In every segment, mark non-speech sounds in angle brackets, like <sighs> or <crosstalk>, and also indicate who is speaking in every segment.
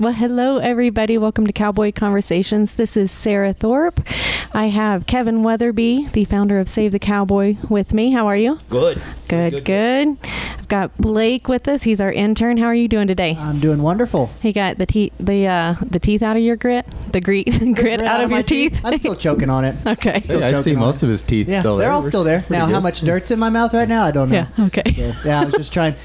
Speaker 1: Well, hello, everybody. Welcome to Cowboy Conversations. This is Sarah Thorpe. I have Kevin Weatherby, the founder of Save the Cowboy, with me. How are you?
Speaker 2: Good.
Speaker 1: Good, good. I've got Blake with us. He's our intern. How are you doing today?
Speaker 3: I'm doing wonderful.
Speaker 1: he got the teeth, the uh, the teeth out of your grit, the grit, <laughs> grit
Speaker 3: Right
Speaker 1: out, of
Speaker 3: my
Speaker 1: your teeth.
Speaker 3: I'm still choking on it.
Speaker 1: <laughs> okay.
Speaker 3: Still
Speaker 4: I see
Speaker 3: choking on
Speaker 4: most
Speaker 3: it.
Speaker 4: of his teeth
Speaker 3: Yeah,
Speaker 4: still there.
Speaker 3: they're all
Speaker 4: We're
Speaker 3: still there.
Speaker 4: pretty
Speaker 3: Now, how
Speaker 4: good.
Speaker 3: much dirt's in my mouth right now? I don't know.
Speaker 1: Yeah. Okay.
Speaker 3: Yeah, yeah, I was just trying.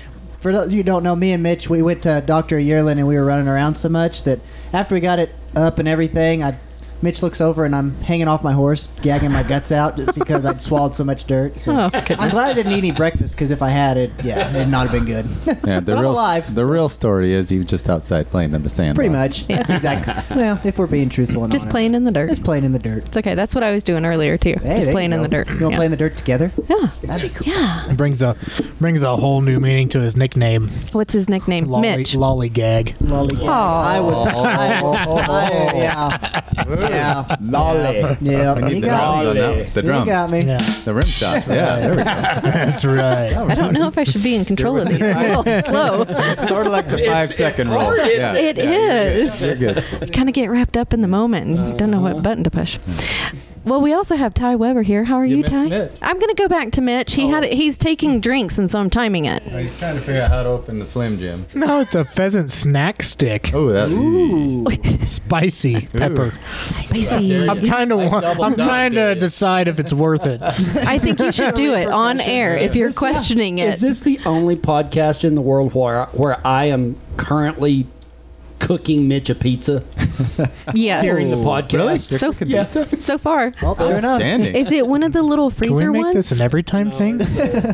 Speaker 3: For those you who don't know, me and Mitch, we went to Doctor Yearlin and we were running around so much that after we got it up and everything, I Mitch looks over and I'm hanging off my horse, gagging my guts out just because I'd swallowed so much dirt. So
Speaker 1: Oh, goodness.
Speaker 3: I'm glad I didn't eat any breakfast because if I had it, yeah, it'd not have been good.
Speaker 4: <laughs> Yeah, the
Speaker 3: But <laughs>
Speaker 4: real
Speaker 3: I'm alive.
Speaker 4: the real story is he was just outside playing in the sand.
Speaker 3: Pretty
Speaker 4: lots.
Speaker 3: much.
Speaker 1: <laughs>
Speaker 3: That's exactly. Well, if we're being truthful and
Speaker 1: Just
Speaker 3: honest.
Speaker 1: playing in the dirt.
Speaker 3: Just playing in the dirt.
Speaker 1: It's okay. That's what I was doing earlier too.
Speaker 3: Hey, there
Speaker 1: Just
Speaker 3: you
Speaker 1: playing in
Speaker 3: go.
Speaker 1: the dirt.
Speaker 3: You want to
Speaker 1: yeah.
Speaker 3: play in the dirt together?
Speaker 1: yeah.
Speaker 3: That'd be cool.
Speaker 1: Yeah.
Speaker 5: brings a brings a whole new meaning to his nickname,
Speaker 1: What's his nickname?
Speaker 5: Lolly,
Speaker 1: Mitch.
Speaker 5: Lollygag.
Speaker 3: Lollygag. I was. I, I- yeah. Yeah.
Speaker 2: Lolly.
Speaker 4: <laughs>
Speaker 3: Yeah.
Speaker 4: The
Speaker 3: You
Speaker 4: drums
Speaker 3: got
Speaker 4: on
Speaker 3: me.
Speaker 4: that one. The
Speaker 3: You got
Speaker 4: drums.
Speaker 3: me.
Speaker 5: Yeah,
Speaker 4: The
Speaker 3: <laughs>
Speaker 4: rim shot. Yeah, there we go.
Speaker 5: <laughs> that's right.
Speaker 1: I don't know if I should be in control of these. I'm a
Speaker 3: <laughs>
Speaker 1: little slow.
Speaker 4: It's sort of like the
Speaker 2: It's-
Speaker 4: five
Speaker 2: it's
Speaker 4: second
Speaker 2: hard,
Speaker 4: rule.
Speaker 2: isn't
Speaker 4: Yeah.
Speaker 1: It is.
Speaker 4: You're good.
Speaker 1: You kind of get wrapped up in the moment and you don't know what button to push. Well, we also have Ty Weber here. How are you,
Speaker 4: missed
Speaker 1: Ty?
Speaker 4: Mitch.
Speaker 1: I'm going to go back to Mitch. He had he's taking drinks and so I'm timing it.
Speaker 4: He's trying to figure out how to open the Slim Jim.
Speaker 5: No, it's a pheasant snack stick.
Speaker 4: Oh, that. Ooh.
Speaker 5: Spicy pepper.
Speaker 1: Spicy.
Speaker 5: I'm trying to. wa-
Speaker 4: double
Speaker 5: I'm
Speaker 4: dog
Speaker 5: trying to
Speaker 4: did it.
Speaker 5: decide if it's worth it.
Speaker 1: I think you should do it on air if you're questioning
Speaker 6: Is
Speaker 1: it.
Speaker 6: this the only podcast in the world where where I am currently cooking Mitch a pizza during the
Speaker 1: Yes.
Speaker 6: podcast?
Speaker 4: Oh, Really?
Speaker 1: So
Speaker 3: <laughs>
Speaker 1: so far,
Speaker 3: Well, sure enough.
Speaker 4: Standing.
Speaker 1: is it one of the little
Speaker 5: Can we
Speaker 1: freezer
Speaker 5: make
Speaker 1: ones?
Speaker 5: this an every time thing?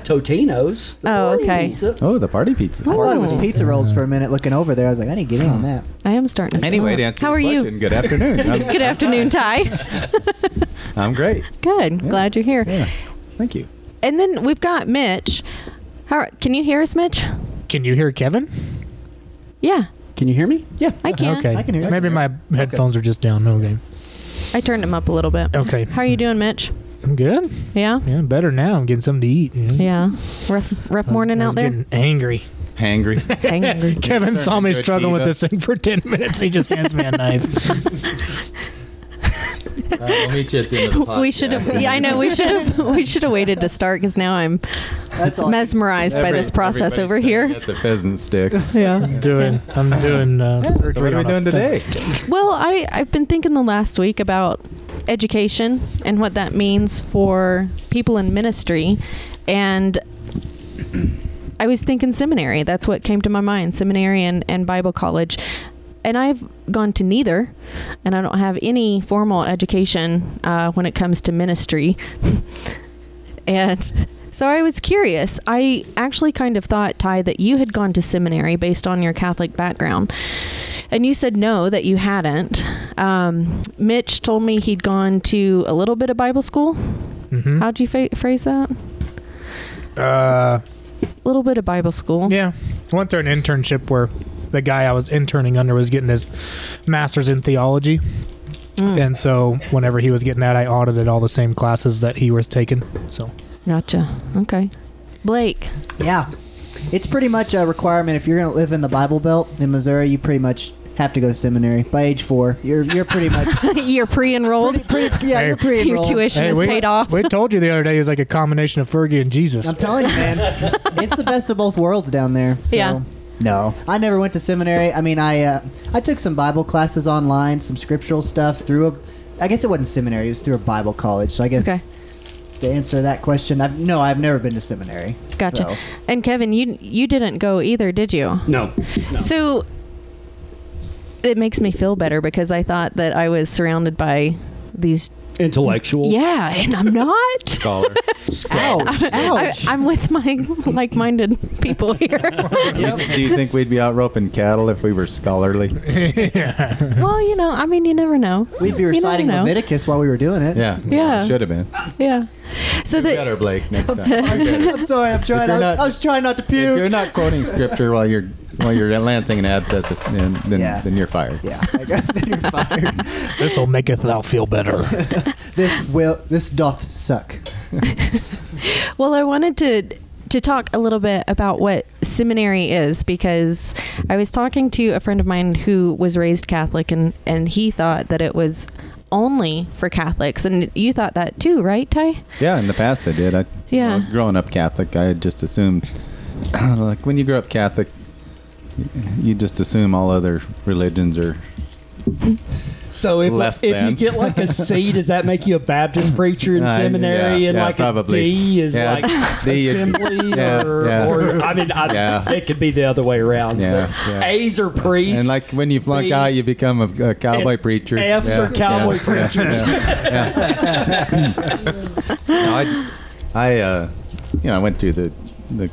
Speaker 6: Totino's. the
Speaker 1: Oh,
Speaker 6: morning
Speaker 1: okay.
Speaker 6: Pizza.
Speaker 4: Oh, the party pizza.
Speaker 3: I thought it was
Speaker 1: Oh.
Speaker 3: pizza rolls for a minute looking over there. I was like, I need to get in on that.
Speaker 1: I am starting to.
Speaker 4: Anyway,
Speaker 1: smell
Speaker 4: to
Speaker 1: it.
Speaker 4: answer
Speaker 1: how
Speaker 4: your
Speaker 1: are
Speaker 4: question,
Speaker 1: you? <laughs>
Speaker 4: good afternoon. I'm,
Speaker 1: Good afternoon, Ty.
Speaker 4: I'm great.
Speaker 1: Good. Glad you're here.
Speaker 4: Yeah. Thank you.
Speaker 1: And then we've got Mitch. How can you hear us, Mitch?
Speaker 5: Can you hear Kevin?
Speaker 1: Yeah,
Speaker 6: Can you hear me?
Speaker 3: Yeah.
Speaker 1: I can.
Speaker 5: Okay,
Speaker 3: I can hear you.
Speaker 5: Maybe my headphones are just down. Okay,
Speaker 1: I turned him up a little bit.
Speaker 5: Okay.
Speaker 1: How are you doing, Mitch?
Speaker 5: I'm good.
Speaker 1: Yeah.
Speaker 5: Yeah, better now. I'm getting something to eat.
Speaker 1: Yeah. Rough, rough morning
Speaker 5: I was
Speaker 1: out there.
Speaker 5: Getting angry.
Speaker 4: Hangry.
Speaker 5: <laughs>
Speaker 1: Angry.
Speaker 5: Kevin
Speaker 4: Turn
Speaker 5: saw me
Speaker 4: into a
Speaker 5: struggling with
Speaker 4: diva.
Speaker 5: this thing for ten minutes. He just hands me
Speaker 4: <laughs>
Speaker 5: a knife.
Speaker 4: All right, we'll meet you at the end of the podcast.
Speaker 1: <laughs> We should have. Yeah, I know. We should have. We should have waited to start because now I'm
Speaker 3: That's all.
Speaker 1: mesmerized by
Speaker 4: Every-
Speaker 1: this process
Speaker 4: everybody's
Speaker 1: over
Speaker 4: staring
Speaker 1: here.
Speaker 4: At the pheasant <laughs> stick.
Speaker 1: Yeah.
Speaker 5: doing. I'm doing. Uh, surgery
Speaker 4: so what are we
Speaker 5: on a
Speaker 4: doing today? <laughs>
Speaker 5: pheasant.
Speaker 1: Well, I I've been thinking the last week about education and what that means for people in ministry, and I was thinking seminary. That's what came to my mind: seminary and, and Bible college. And I've gone to neither, and I don't have any formal education uh, when it comes to ministry. <laughs> and so I was curious. I actually kind of thought, Ty, that you had gone to seminary based on your Catholic background. And you said no, that you hadn't. Um, Mitch told me he'd gone to a little bit of Bible school.
Speaker 5: Hmm? Mm-hmm.
Speaker 1: How'd you fa- phrase that?
Speaker 5: Uh,
Speaker 1: A little bit of Bible school.
Speaker 5: yeah. I went through an internship where the guy I was interning under was getting his master's in theology. And so, whenever he was getting that, I audited all the same classes that he was taking. So,
Speaker 1: Gotcha. Okay. Blake. <laughs>
Speaker 3: Yeah. It's pretty much a requirement if you're going to live in the Bible Belt in Missouri, you pretty much have to go to seminary by age four. You're you're pretty
Speaker 1: <laughs>
Speaker 3: much
Speaker 1: You're pre enrolled.
Speaker 3: pretty, yeah you're pretty
Speaker 1: Your
Speaker 3: enrolled.
Speaker 1: tuition is
Speaker 5: we,
Speaker 1: paid off.
Speaker 5: we told you the other day it was like a combination of Fergie and Jesus.
Speaker 3: I'm telling you, man, it's the best of both worlds down there. So.
Speaker 1: Yeah.
Speaker 3: No, I never went to seminary. I mean, I uh, I took some Bible classes online, some scriptural stuff through a. I guess it wasn't seminary; it was through a Bible college. So I guess
Speaker 1: Okay.
Speaker 3: to answer that question, I've no, I've never been to seminary.
Speaker 1: Gotcha.
Speaker 3: So,
Speaker 1: And Kevin, you you didn't go either, did you?
Speaker 6: No.
Speaker 1: So it makes me feel better because I thought that I was surrounded by these.
Speaker 6: Intellectual.
Speaker 1: Yeah, and I'm not.
Speaker 4: Scholar.
Speaker 6: <laughs>
Speaker 3: ouch!
Speaker 1: I,
Speaker 3: ouch.
Speaker 1: I'm with my <laughs> like-minded people here. <laughs>
Speaker 4: Do you think we'd be out roping cattle if we were scholarly?
Speaker 1: well, you know, I mean, you never know.
Speaker 3: We'd be
Speaker 1: You never
Speaker 3: reciting
Speaker 1: know.
Speaker 3: Leviticus while we were doing it.
Speaker 4: Yeah.
Speaker 1: Yeah.
Speaker 4: Should have been.
Speaker 1: Yeah. So
Speaker 4: Do
Speaker 1: that
Speaker 4: better, Blake, next time.
Speaker 3: I'm sorry, I'm trying.
Speaker 4: you're
Speaker 3: I,
Speaker 4: not-
Speaker 3: I was trying not to
Speaker 4: if
Speaker 3: puke.
Speaker 4: <laughs> you're not quoting scripture while you're while you're lancing an abscess, then then,
Speaker 3: Yeah.
Speaker 4: then you're fired.
Speaker 3: yeah, I <laughs> got- you're fired.
Speaker 5: This will maketh thou feel better.
Speaker 3: This will. This doth suck.
Speaker 1: well, I wanted to to talk a little bit about what seminary is because I was talking to a friend of mine who was raised Catholic and and he thought that it was only for Catholics and you thought that too, right, Ty?
Speaker 4: Yeah, in the past I did. I,
Speaker 1: Yeah.
Speaker 4: well, growing up Catholic, I had just assumed, <clears throat> like when you grow up Catholic, you just assume all other religions are.
Speaker 6: So if
Speaker 4: Less
Speaker 6: if you
Speaker 4: than.
Speaker 6: get like a C, does that make you a
Speaker 4: <laughs>
Speaker 6: Baptist preacher in
Speaker 4: I-
Speaker 6: seminary?
Speaker 4: Uh, yeah,
Speaker 6: and
Speaker 4: yeah,
Speaker 6: like
Speaker 4: probably.
Speaker 6: a D is
Speaker 4: Yeah,
Speaker 6: like
Speaker 4: <laughs> D is-
Speaker 6: assembly
Speaker 4: yeah,
Speaker 6: or,
Speaker 4: yeah.
Speaker 6: or I mean, I,
Speaker 4: <laughs> Yeah.
Speaker 6: it could be the other way around.
Speaker 4: Yeah,
Speaker 6: but
Speaker 4: yeah.
Speaker 6: A's are priests.
Speaker 4: And like when you flunk
Speaker 6: B's,
Speaker 4: out, you become a, a cowboy
Speaker 6: and
Speaker 4: preacher.
Speaker 6: F's are cowboy preachers.
Speaker 4: yeah. <laughs> No, I, I, uh, you know, I went through the the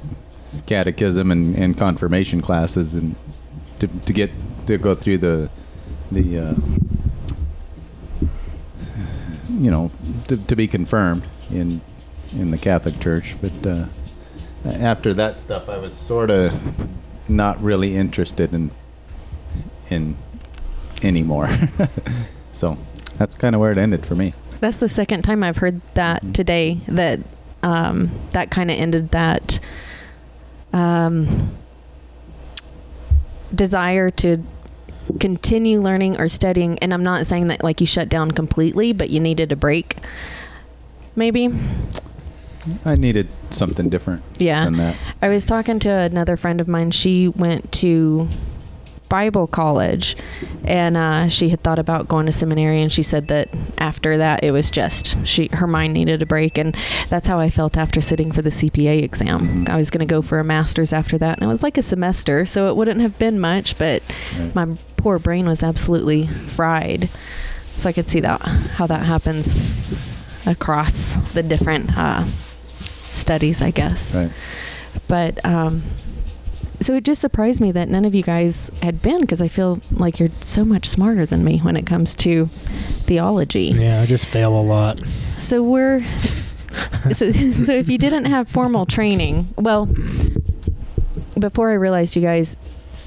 Speaker 4: catechism and, and confirmation classes and to, to get to go through the the uh, you know to, to be confirmed in in the Catholic Church, but uh, after that stuff, I was sort of not really interested in in anymore. <laughs> so that's kind of where it ended for me.
Speaker 1: That's the second time I've heard that today. That um, that kind of ended that um, desire to continue learning or studying. And I'm not saying that like you shut down completely, but you needed a break. Maybe,
Speaker 4: I needed something different
Speaker 6: Uh,
Speaker 1: yeah.
Speaker 4: than that.
Speaker 1: I was talking to another friend of mine. She went to Bible college, and uh, she had thought about going to seminary. And she said that after that, it was just she her mind needed a break, and that's how I felt after sitting for the CPA exam.
Speaker 4: Mhm.
Speaker 1: I was going to go for a master's after that, and it was like a semester, so it wouldn't have been much. But
Speaker 4: Right.
Speaker 1: my poor brain was absolutely fried, so I could see that how that happens across the different uh, studies, I guess
Speaker 4: Right.
Speaker 1: but um so it just surprised me that none of you guys had been because I feel like you're so much smarter than me when it comes to theology.
Speaker 5: Yeah, I just fail a lot.
Speaker 1: So we're so, <laughs> so if you didn't have formal training, well, before I realized you guys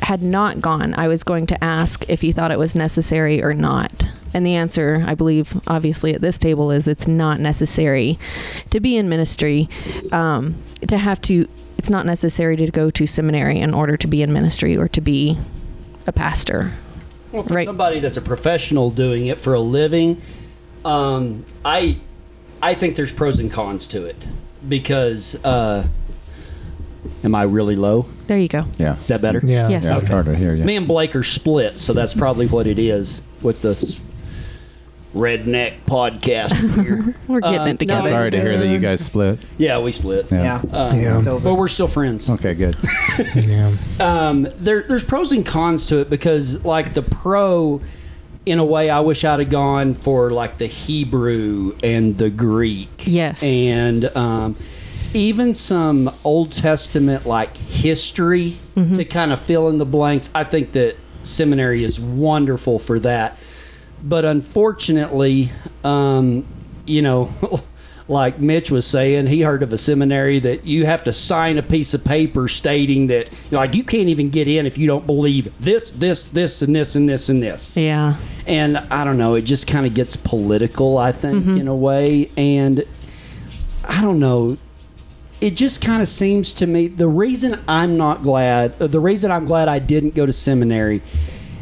Speaker 1: had not gone, I was going to ask if you thought it was necessary or not. And the answer, I believe, obviously at this table is it's not necessary to be in ministry, um, to have to. It's not necessary to go to seminary in order to be in ministry or to be a pastor.
Speaker 6: Well, for
Speaker 1: Right.
Speaker 6: somebody that's a professional doing it for a living, um, I I think there's pros and cons to it because uh, am I really low?
Speaker 1: There you go.
Speaker 4: Yeah.
Speaker 6: Is that better?
Speaker 5: Yeah.
Speaker 1: Yes.
Speaker 4: Yeah, it's hard to hear you.
Speaker 6: Me and Blake are split, so that's probably what it is with this redneck podcast. here.
Speaker 1: We're getting
Speaker 6: Um,
Speaker 1: it together.
Speaker 6: no,
Speaker 4: Sorry to hear that you guys split.
Speaker 6: Yeah, we split.
Speaker 4: Yeah.
Speaker 3: Yeah.
Speaker 6: Uh,
Speaker 5: Yeah.
Speaker 3: It's over.
Speaker 6: But we're still friends.
Speaker 4: Okay, good.
Speaker 5: Yeah.
Speaker 6: um, there, there's pros and cons to it because like the pro in a way i wish i'd have gone for like the hebrew and the greek
Speaker 1: Yes.
Speaker 6: and um, even some old testament like history to kind of fill in the blanks i think that seminary is wonderful for that but unfortunately um, you know <laughs> like mitch was saying he heard of a seminary that you have to sign a piece of paper stating that you know, like you can't even get in if you don't believe this this this and this and this and this
Speaker 1: Yeah.
Speaker 6: and i don't know it just kind of gets political i think in a way and i don't know it just kind of seems to me the reason i'm not glad uh, the reason i'm glad i didn't go to seminary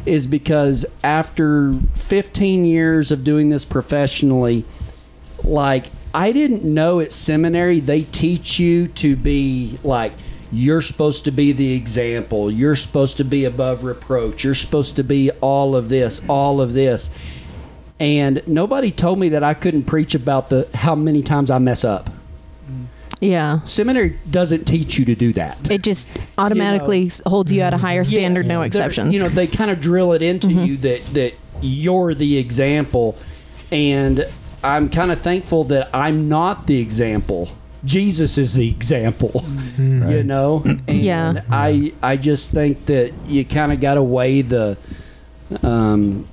Speaker 6: is because after 15 years of doing this professionally like I didn't know at seminary they teach you to be like you're supposed to be the example, you're supposed to be above reproach, you're supposed to be all of this, all of this. And nobody told me that I couldn't preach about the how many times I mess up.
Speaker 1: Yeah.
Speaker 6: Seminary doesn't teach you to do that.
Speaker 1: It just
Speaker 6: <laughs>
Speaker 1: automatically s holds you at a higher standard,
Speaker 6: Yes.
Speaker 1: no
Speaker 6: They're-
Speaker 1: exceptions. Mm-hmm.
Speaker 6: You know, they kind of drill it into you that that you're the example, and I'm kind of thankful that I'm not the example. Jesus is the example, you know. And
Speaker 1: Yeah.
Speaker 6: I I just think that you kind of got to weigh the. Um,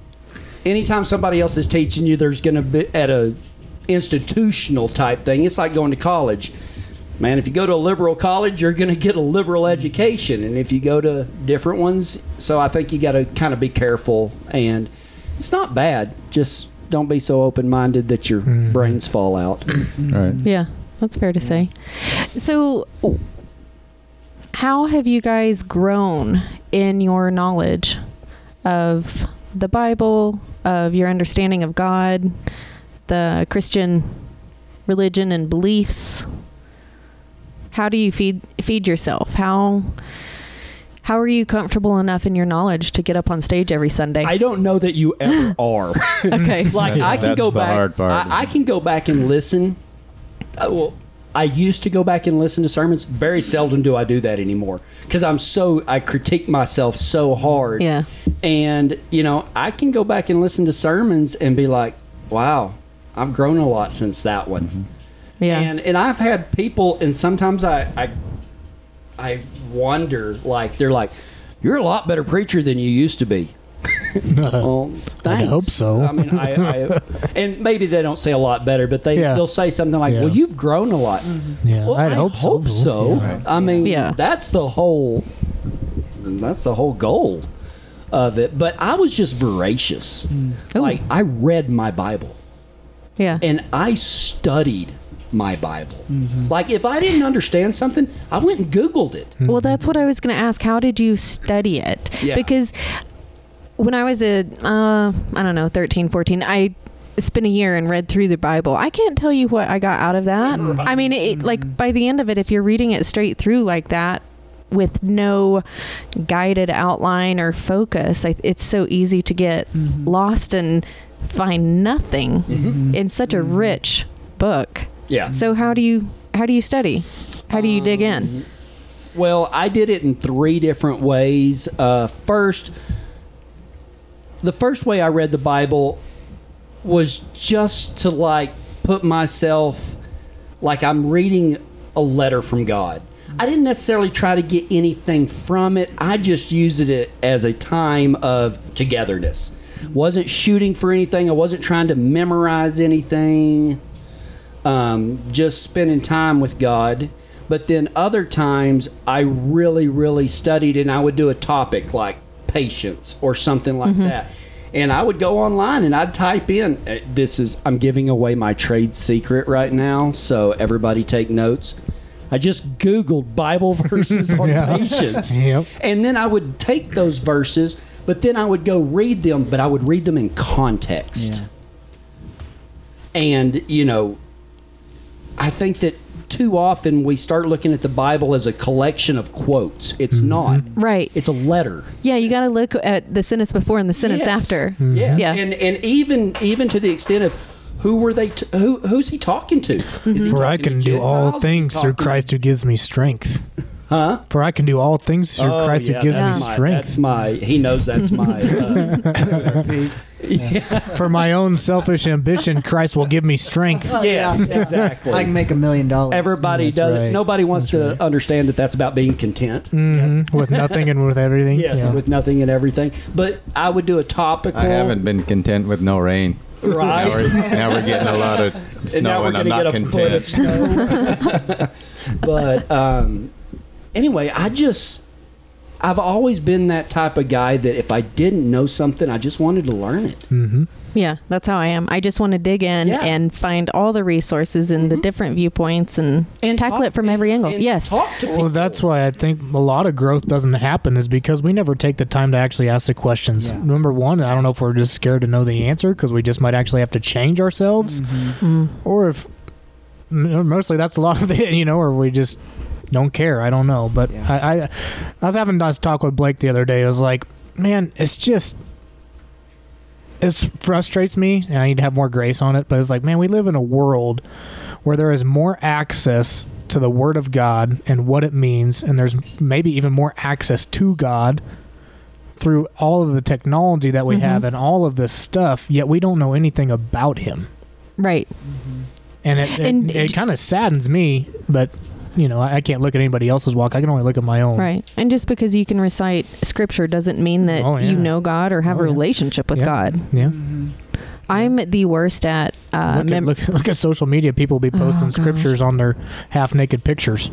Speaker 6: anytime somebody else is teaching you, there's going to be at a institutional type thing. It's like going to college. Man, if you go to a liberal college, you're going to get a liberal education, and if you go to different ones, so I think you got to kind of be careful. And it's not bad. Just don't be so open minded that your brains fall out.
Speaker 4: All right.
Speaker 1: yeah, that's fair to say. So, how have you guys grown in your knowledge of the Bible, of your understanding of God, the Christian religion and beliefs? How do you feed feed yourself? How how are you comfortable enough in your knowledge to get up on stage every Sunday?
Speaker 6: I don't know that you ever are.
Speaker 1: <laughs> okay.
Speaker 4: <laughs>
Speaker 6: like
Speaker 4: Yeah,
Speaker 6: I can
Speaker 4: that's
Speaker 6: go
Speaker 4: the
Speaker 6: back.
Speaker 4: hard part.
Speaker 6: I, I can go back and listen. Uh, well, I used to go back and listen to sermons. Very seldom do I do that anymore because I'm so I critique myself so hard.
Speaker 1: Yeah.
Speaker 6: And you know I can go back and listen to sermons and be like, wow, I've grown a lot since that one.
Speaker 4: Mm-hmm.
Speaker 1: yeah.
Speaker 6: And and I've had people, and sometimes I I, I wonder like they're like, you're a lot better preacher than you used to
Speaker 5: <laughs>
Speaker 6: be. <laughs> well, thanks.
Speaker 5: hope so.
Speaker 6: I mean, I,
Speaker 5: <laughs>
Speaker 6: I and maybe they don't say a lot better, but they
Speaker 5: Yeah.
Speaker 6: they'll say something like,
Speaker 5: Yeah.
Speaker 6: "Well, you've grown a lot."
Speaker 5: Yeah,
Speaker 6: well,
Speaker 5: I'd
Speaker 6: I
Speaker 5: hope so.
Speaker 6: hope so.
Speaker 5: Yeah.
Speaker 6: I mean,
Speaker 1: Mm-hmm. Yeah.
Speaker 6: that's the whole that's the whole goal of it. But I was just voracious.
Speaker 1: Ooh.
Speaker 6: Like I read my Bible
Speaker 1: yeah.
Speaker 6: and I studied my Bible. Like if I didn't understand something, I went and Googled it.
Speaker 1: Well, that's what I was going to ask. How did you study it?
Speaker 6: Yeah.
Speaker 1: Because when I was a, uh, I don't know, 13, 14, I spent a year and read through the Bible. I can't tell you what I got out of that. I mean, it, like by the end of it, if you're reading it straight through like that with no guided outline or focus, I, it's so easy to get lost and find nothing in such a rich book.
Speaker 6: Mm-hmm. Yeah.
Speaker 1: So how do you how do you study? How do you dig
Speaker 6: Um,
Speaker 1: in?
Speaker 6: Well, I did it in three different ways. Uh, first, the first way I read the Bible was just to like put myself like I'm reading a letter from God. I didn't necessarily try to get anything from it. I just used it as a time of togetherness. Wasn't shooting for anything. I wasn't trying to memorize anything um, just spending time with God. But then other times, I really, really studied, and I would do a topic like patience or something
Speaker 5: Mm-hmm.
Speaker 6: like that. And I would go online and I'd type in, uh, "This is I'm giving away my trade secret right now, so everybody take notes." I just Googled
Speaker 5: <laughs>
Speaker 6: Bible verses on
Speaker 5: Yeah.
Speaker 6: patience,
Speaker 5: Yep.
Speaker 6: and then I would take those verses, but then I would go read them, but I would read them in context
Speaker 3: Yeah.
Speaker 6: and you know i think that too often we start looking at the bible as a collection of quotes it's
Speaker 5: Mm-hmm.
Speaker 6: not
Speaker 1: Right.
Speaker 6: it's a letter
Speaker 1: Yeah, you got to look at the sentence before and the sentence
Speaker 6: Yes.
Speaker 1: after.
Speaker 5: Hmm. Mm-hmm.
Speaker 6: yes
Speaker 1: Yeah.
Speaker 6: and and even even to the extent of who were they t- who who's he talking to
Speaker 1: Mm-hmm.
Speaker 6: Is he
Speaker 5: For I
Speaker 6: talking to
Speaker 5: can do all
Speaker 6: Gentiles? Is he
Speaker 5: things through
Speaker 6: talking-
Speaker 5: Christ who gives me strength.
Speaker 6: huh
Speaker 5: For I can do all things through
Speaker 6: Oh,
Speaker 5: Christ
Speaker 6: yeah,
Speaker 5: who gives me
Speaker 6: that's my- that's
Speaker 5: strength.
Speaker 6: my he knows that's my uh,
Speaker 5: <laughs>
Speaker 6: <laughs> yeah.
Speaker 5: For my own selfish ambition, Christ will give
Speaker 6: <laughs>
Speaker 5: me strength.
Speaker 6: yes exactly
Speaker 3: I can make a million dollars.
Speaker 6: everybody
Speaker 5: That's
Speaker 6: does
Speaker 5: right.
Speaker 6: nobody wants to understand that that's about being content
Speaker 5: hmm With nothing and with everything.
Speaker 6: Yes,
Speaker 5: Yeah.
Speaker 6: with nothing and everything. But I would do a topical.
Speaker 4: I haven't been content with no rain.
Speaker 6: Right.
Speaker 4: Now we're, now we're getting a lot of
Speaker 6: <laughs> and now
Speaker 4: snow,
Speaker 6: we're going
Speaker 4: and, I'm
Speaker 6: to get
Speaker 4: not
Speaker 6: a foot of
Speaker 4: content.
Speaker 6: snow. <laughs> but um, anyway, I just I've always been that type of guy that if I didn't know something, I just wanted to learn it.
Speaker 5: Mm-hmm.
Speaker 1: Yeah, that's how I am. I just want to dig in
Speaker 6: Yeah. Mm-hmm.
Speaker 1: and find all the resources and the different viewpoints and, tackle
Speaker 6: talk-
Speaker 1: it from every angle.
Speaker 6: and
Speaker 1: yes.
Speaker 6: Talk to people.
Speaker 5: Well, that's why I think a lot of growth doesn't happen is because we never take the time to actually ask the questions.
Speaker 3: Yeah.
Speaker 5: Number one, I don't know if we're just scared to know the answer because we just might actually have to change ourselves,
Speaker 3: Mm-hmm.
Speaker 5: or if m- mostly that's a lot of <laughs> it, you know, or we just don't care. I don't know, but
Speaker 3: Yeah.
Speaker 5: I, I, I was having this talk with Blake the other day. I was like, man, it's just. It frustrates me, and I need to have more grace on it. But it's like, man, we live in a world where there is more access to the Word of God and what it means, and there's maybe even more access to God through all of the technology that we have and all of this stuff, yet we don't know anything about Him.
Speaker 1: Right.
Speaker 5: And it, it,
Speaker 1: And-
Speaker 5: it kind of saddens me, but, you know, I, I can't look at anybody else's walk. I can only look at my own.
Speaker 1: Right. And just because you can recite scripture doesn't mean that
Speaker 5: Oh, yeah.
Speaker 1: you know God or have
Speaker 5: Oh,
Speaker 1: a
Speaker 5: yeah.
Speaker 1: relationship with
Speaker 5: Yeah.
Speaker 1: God.
Speaker 5: Yeah.
Speaker 3: Mm-hmm.
Speaker 1: I'm the worst at uh,
Speaker 5: look, at,
Speaker 1: mem-
Speaker 5: look, <laughs> look at social media. People be posting
Speaker 1: Oh, gosh.
Speaker 5: scriptures on their half naked pictures.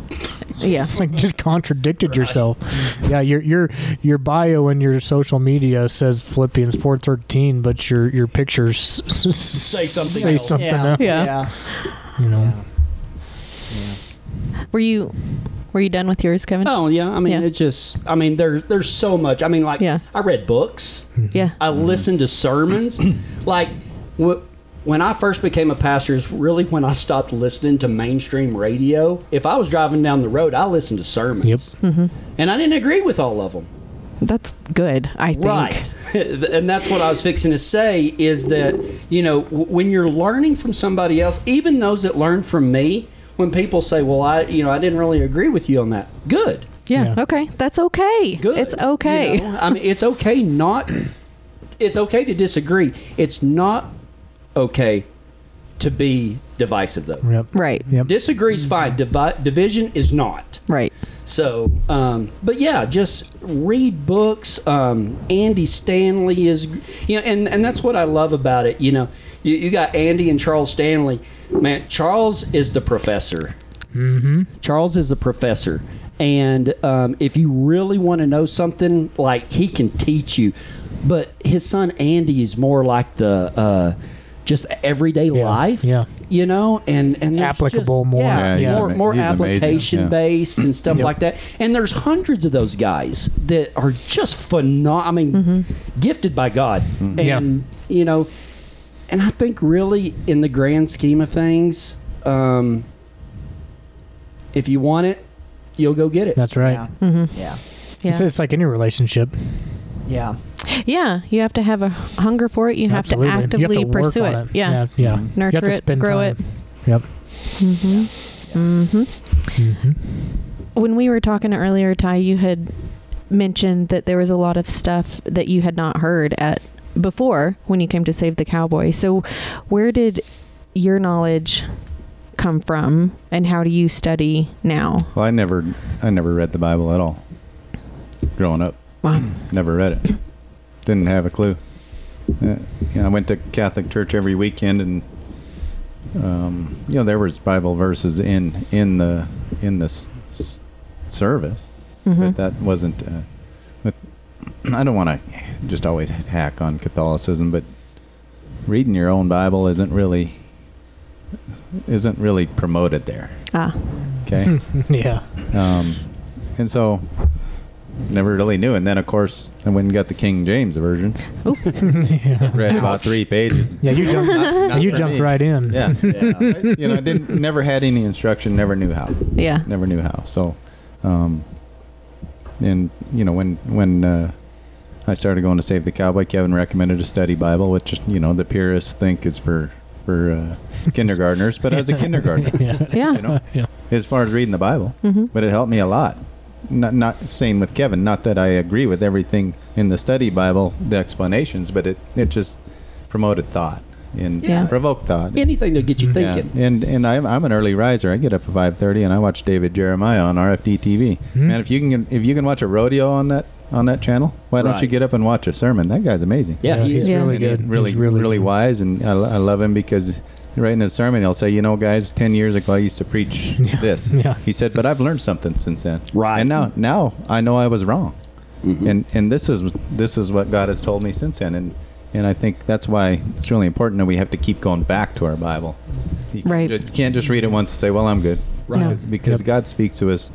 Speaker 1: yeah.
Speaker 5: It's <laughs> like just contradicted yourself. Yeah, your your your bio and your social media says Philippians four thirteen, but your your pictures say
Speaker 6: something
Speaker 5: Say
Speaker 6: else.
Speaker 5: something
Speaker 3: Yeah.
Speaker 5: else.
Speaker 1: Yeah.
Speaker 3: Yeah.
Speaker 5: You know.
Speaker 1: Were you Were you done with yours, Kevin?
Speaker 6: Oh yeah, I mean
Speaker 1: Yeah.
Speaker 6: it's just I mean there there's so much. I mean like
Speaker 1: Yeah.
Speaker 6: I read books,
Speaker 1: Yeah.
Speaker 6: I listened to sermons, like wh- when I first became a pastor is really when I stopped listening to mainstream radio. If I was driving down the road, I listened to sermons, and I didn't agree with all of them.
Speaker 1: That's good, I think.
Speaker 6: Right. <laughs> and that's what I was fixing to say is that, you know, w- when you're learning from somebody else, even those that learn from me, when people say, well, I, you know, I didn't really agree with you on that, good.
Speaker 1: Yeah.
Speaker 5: Yeah.
Speaker 1: Okay. That's okay.
Speaker 6: Good.
Speaker 1: It's okay.
Speaker 6: You know, I mean, it's okay not, it's okay to disagree. It's not okay to be divisive, though.
Speaker 5: Yep.
Speaker 1: Right.
Speaker 5: Yep.
Speaker 6: Disagree's fine, Divi- division is not.
Speaker 1: Right.
Speaker 6: So, um, but yeah, just read books. Um, Andy Stanley is, you know, and, and that's what I love about it. You know, you, you got Andy and Charles Stanley. Man, Charles is the professor. Mm-hmm. Charles is the professor. And um, if you really want to know something, like he can teach you. But his son Andy is more like the uh, just everyday
Speaker 5: Yeah,
Speaker 6: life.
Speaker 5: yeah.
Speaker 6: You know, and, and there's
Speaker 5: Applicable
Speaker 6: just-
Speaker 5: more.
Speaker 6: Yeah,
Speaker 5: Yeah, he's
Speaker 6: more,
Speaker 4: ama-
Speaker 6: more
Speaker 4: he's amazing,
Speaker 6: application
Speaker 4: yeah.
Speaker 6: based based and stuff like that. And there's hundreds of those guys that are just phenomenal. I mean,
Speaker 1: Mm-hmm.
Speaker 6: gifted by God.
Speaker 5: Mm-hmm.
Speaker 6: And, you know, and I think really in the grand scheme of things, um, if you want it, you'll go get it.
Speaker 5: That's right.
Speaker 3: Yeah. Yeah.
Speaker 1: Mm-hmm. Yeah.
Speaker 5: It's, it's like any relationship. <laughs>
Speaker 3: Yeah.
Speaker 1: yeah. You have to have a hunger for it. You have
Speaker 5: Absolutely.
Speaker 1: to actively
Speaker 5: you have to work
Speaker 1: pursue
Speaker 5: on
Speaker 1: it. Yeah. Mm-hmm.
Speaker 5: Yeah. yeah. you
Speaker 1: Nurture
Speaker 5: have to
Speaker 1: it,
Speaker 5: spend
Speaker 1: grow
Speaker 5: time. Yep. Mm-hmm.
Speaker 1: When we were talking earlier, Ty, you had mentioned that there was a lot of stuff that you had not heard at before when you came to save the cowboy. So, where did your knowledge come from, and how do you study now?
Speaker 4: Well, I never, I never read the Bible at all. Growing up,
Speaker 1: Wow.
Speaker 4: never read it. Didn't have a clue. Uh, yeah, I went to Catholic church every weekend, and um, you know there was Bible verses in in the in the s- s- service, but that wasn't. Uh, but I don't want to just always hack on Catholicism, but reading your own Bible isn't really isn't really promoted there.
Speaker 1: <clears throat> Ah.
Speaker 4: Okay.
Speaker 5: <laughs> yeah. <laughs>
Speaker 4: Um, and so never really knew. And then, of course, I went and got the King James version.
Speaker 5: yeah.
Speaker 4: Read about three pages.
Speaker 5: Yeah, you jumped.
Speaker 4: Not- not
Speaker 5: you
Speaker 4: for
Speaker 5: jumped
Speaker 4: me.
Speaker 5: right in.
Speaker 4: Yeah. <laughs> you know, I didn't never had any instruction. Never knew how. <clears throat>
Speaker 1: Yeah.
Speaker 4: Never knew how. So, um, and you know when when uh, I started going to Save the Cowboy, Kevin recommended a study Bible, which you know the purists think is for for uh, kindergartners, but as a kindergartner,
Speaker 5: yeah.
Speaker 1: Yeah.
Speaker 4: <laughs> you know,
Speaker 5: Yeah.
Speaker 4: as far as reading the Bible, but it helped me a lot. Not, not same with Kevin. Not that I agree with everything in the study Bible, the explanations, but it, it just promoted thought and
Speaker 1: Yeah.
Speaker 4: provoked thought.
Speaker 6: Anything to get you
Speaker 4: Yeah.
Speaker 6: thinking.
Speaker 4: And and I'm, I'm an early riser. I get up at five thirty and I watch David Jeremiah on RFD TV. Man, if you can if you can watch a rodeo on that on that channel, why don't you
Speaker 6: Right.
Speaker 4: get up and watch a sermon? That guy's amazing.
Speaker 6: Yeah, he
Speaker 5: he's
Speaker 6: is.
Speaker 1: Yeah.
Speaker 5: really
Speaker 4: And he
Speaker 5: good.
Speaker 4: Really,
Speaker 5: He's
Speaker 4: really,
Speaker 5: good.
Speaker 4: wise, and I, lo- I love him because right in his sermon he'll say, "You know, guys, ten years ago I used to preach this."
Speaker 5: <laughs> Yeah.
Speaker 4: He said, "But I've learned something since then."
Speaker 6: Right.
Speaker 4: And now, now I know I was wrong, and and this is this is what God has told me since then, and and I think that's why it's really important that we have to keep going back to our Bible. You can't
Speaker 1: Right.
Speaker 4: ju- You can't just read it once and say, "Well, I'm good,"
Speaker 1: Right. No.
Speaker 4: because, because
Speaker 5: Yep.
Speaker 4: God speaks to us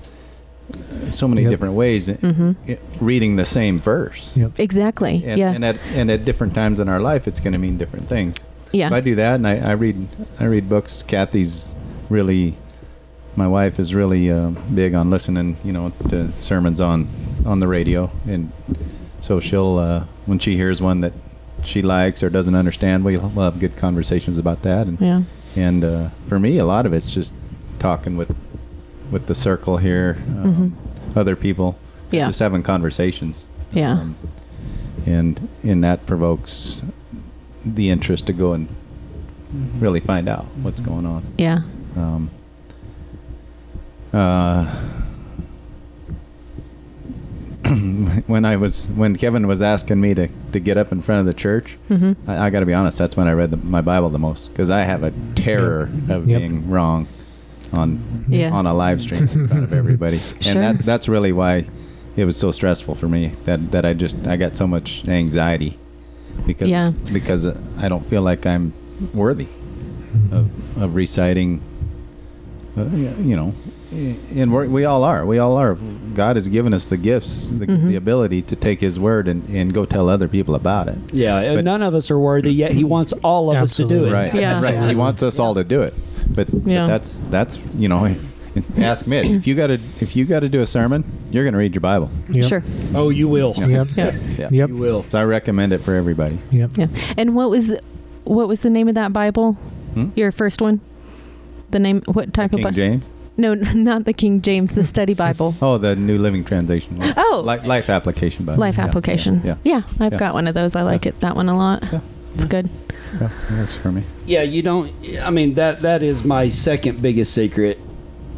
Speaker 4: so many
Speaker 5: Yep. Mm-hmm.
Speaker 4: different ways, i- reading the same verse
Speaker 5: Yep.
Speaker 1: Exactly.
Speaker 4: and,
Speaker 1: yeah.
Speaker 4: and at and at different times in our life, it's going to mean different things.
Speaker 1: Yeah.
Speaker 4: If I do that, and I, I read I read books. Kathy's really, my wife is really uh, big on listening, you know, to sermons on on the radio, and so she'll uh, when she hears one that she likes or doesn't understand, we'll we'll have good conversations about that. And
Speaker 1: yeah.
Speaker 4: and uh, for me, a lot of it's just talking with with the circle here, um, other people,
Speaker 1: Mm-hmm. Yeah.
Speaker 4: just having conversations
Speaker 1: Yeah.
Speaker 4: Um, and and that provokes the interest to go and really find out what's going on.
Speaker 1: yeah.
Speaker 4: Um, uh, <clears throat> when I was when Kevin was asking me to, to get up in front of the church,
Speaker 1: Mm-hmm.
Speaker 4: I, I got to be honest. That's when I read the, my Bible the most because I have a terror of
Speaker 5: Yep.
Speaker 4: being wrong on
Speaker 1: Yeah.
Speaker 4: on a live stream in front
Speaker 1: <laughs>
Speaker 4: of everybody,
Speaker 1: Sure.
Speaker 4: and that that's really why it was so stressful for me that that I just I got so much anxiety because
Speaker 1: Yeah.
Speaker 4: because I don't feel like I'm worthy of, of reciting, uh, you know, and we're, we all are. We all are. God has given us the gifts, the,
Speaker 1: Mm-hmm.
Speaker 4: the ability to take His word and, and go tell other people about it.
Speaker 6: Yeah, and
Speaker 4: But-
Speaker 6: none of us are worthy, yet He wants all of us to do
Speaker 5: Absolutely.
Speaker 6: it.
Speaker 4: Right.
Speaker 1: Yeah.
Speaker 4: Right. He wants us all to do it. But, but
Speaker 1: Yeah.
Speaker 4: that's that's you know, <laughs> ask Mitch if you got to if you got to do a sermon, you're going to read your Bible.
Speaker 5: Yep.
Speaker 1: <laughs> Sure.
Speaker 6: Oh, you will.
Speaker 5: Yep.
Speaker 1: Yeah.
Speaker 4: Yeah.
Speaker 5: Yep.
Speaker 6: You will.
Speaker 4: So I recommend it for everybody.
Speaker 5: Yep.
Speaker 1: Yeah. And what was what was the name of that Bible?
Speaker 4: Hmm?
Speaker 1: Your first one? The name what type
Speaker 4: King
Speaker 1: of Bible?
Speaker 4: James.
Speaker 1: No, <laughs> n- not the King James, the
Speaker 4: <laughs>
Speaker 1: study Bible.
Speaker 4: Oh, the New Living Translation.
Speaker 1: Oh.
Speaker 4: life, life application Bible.
Speaker 1: Life
Speaker 4: Yeah,
Speaker 1: application.
Speaker 4: Yeah.
Speaker 1: I've
Speaker 4: Yeah.
Speaker 1: got one of those. I like it that one a lot.
Speaker 4: Yeah.
Speaker 1: It's good.
Speaker 4: yeah. Yeah, it works for me.
Speaker 6: Yeah, you don't. I mean that that is my second biggest secret.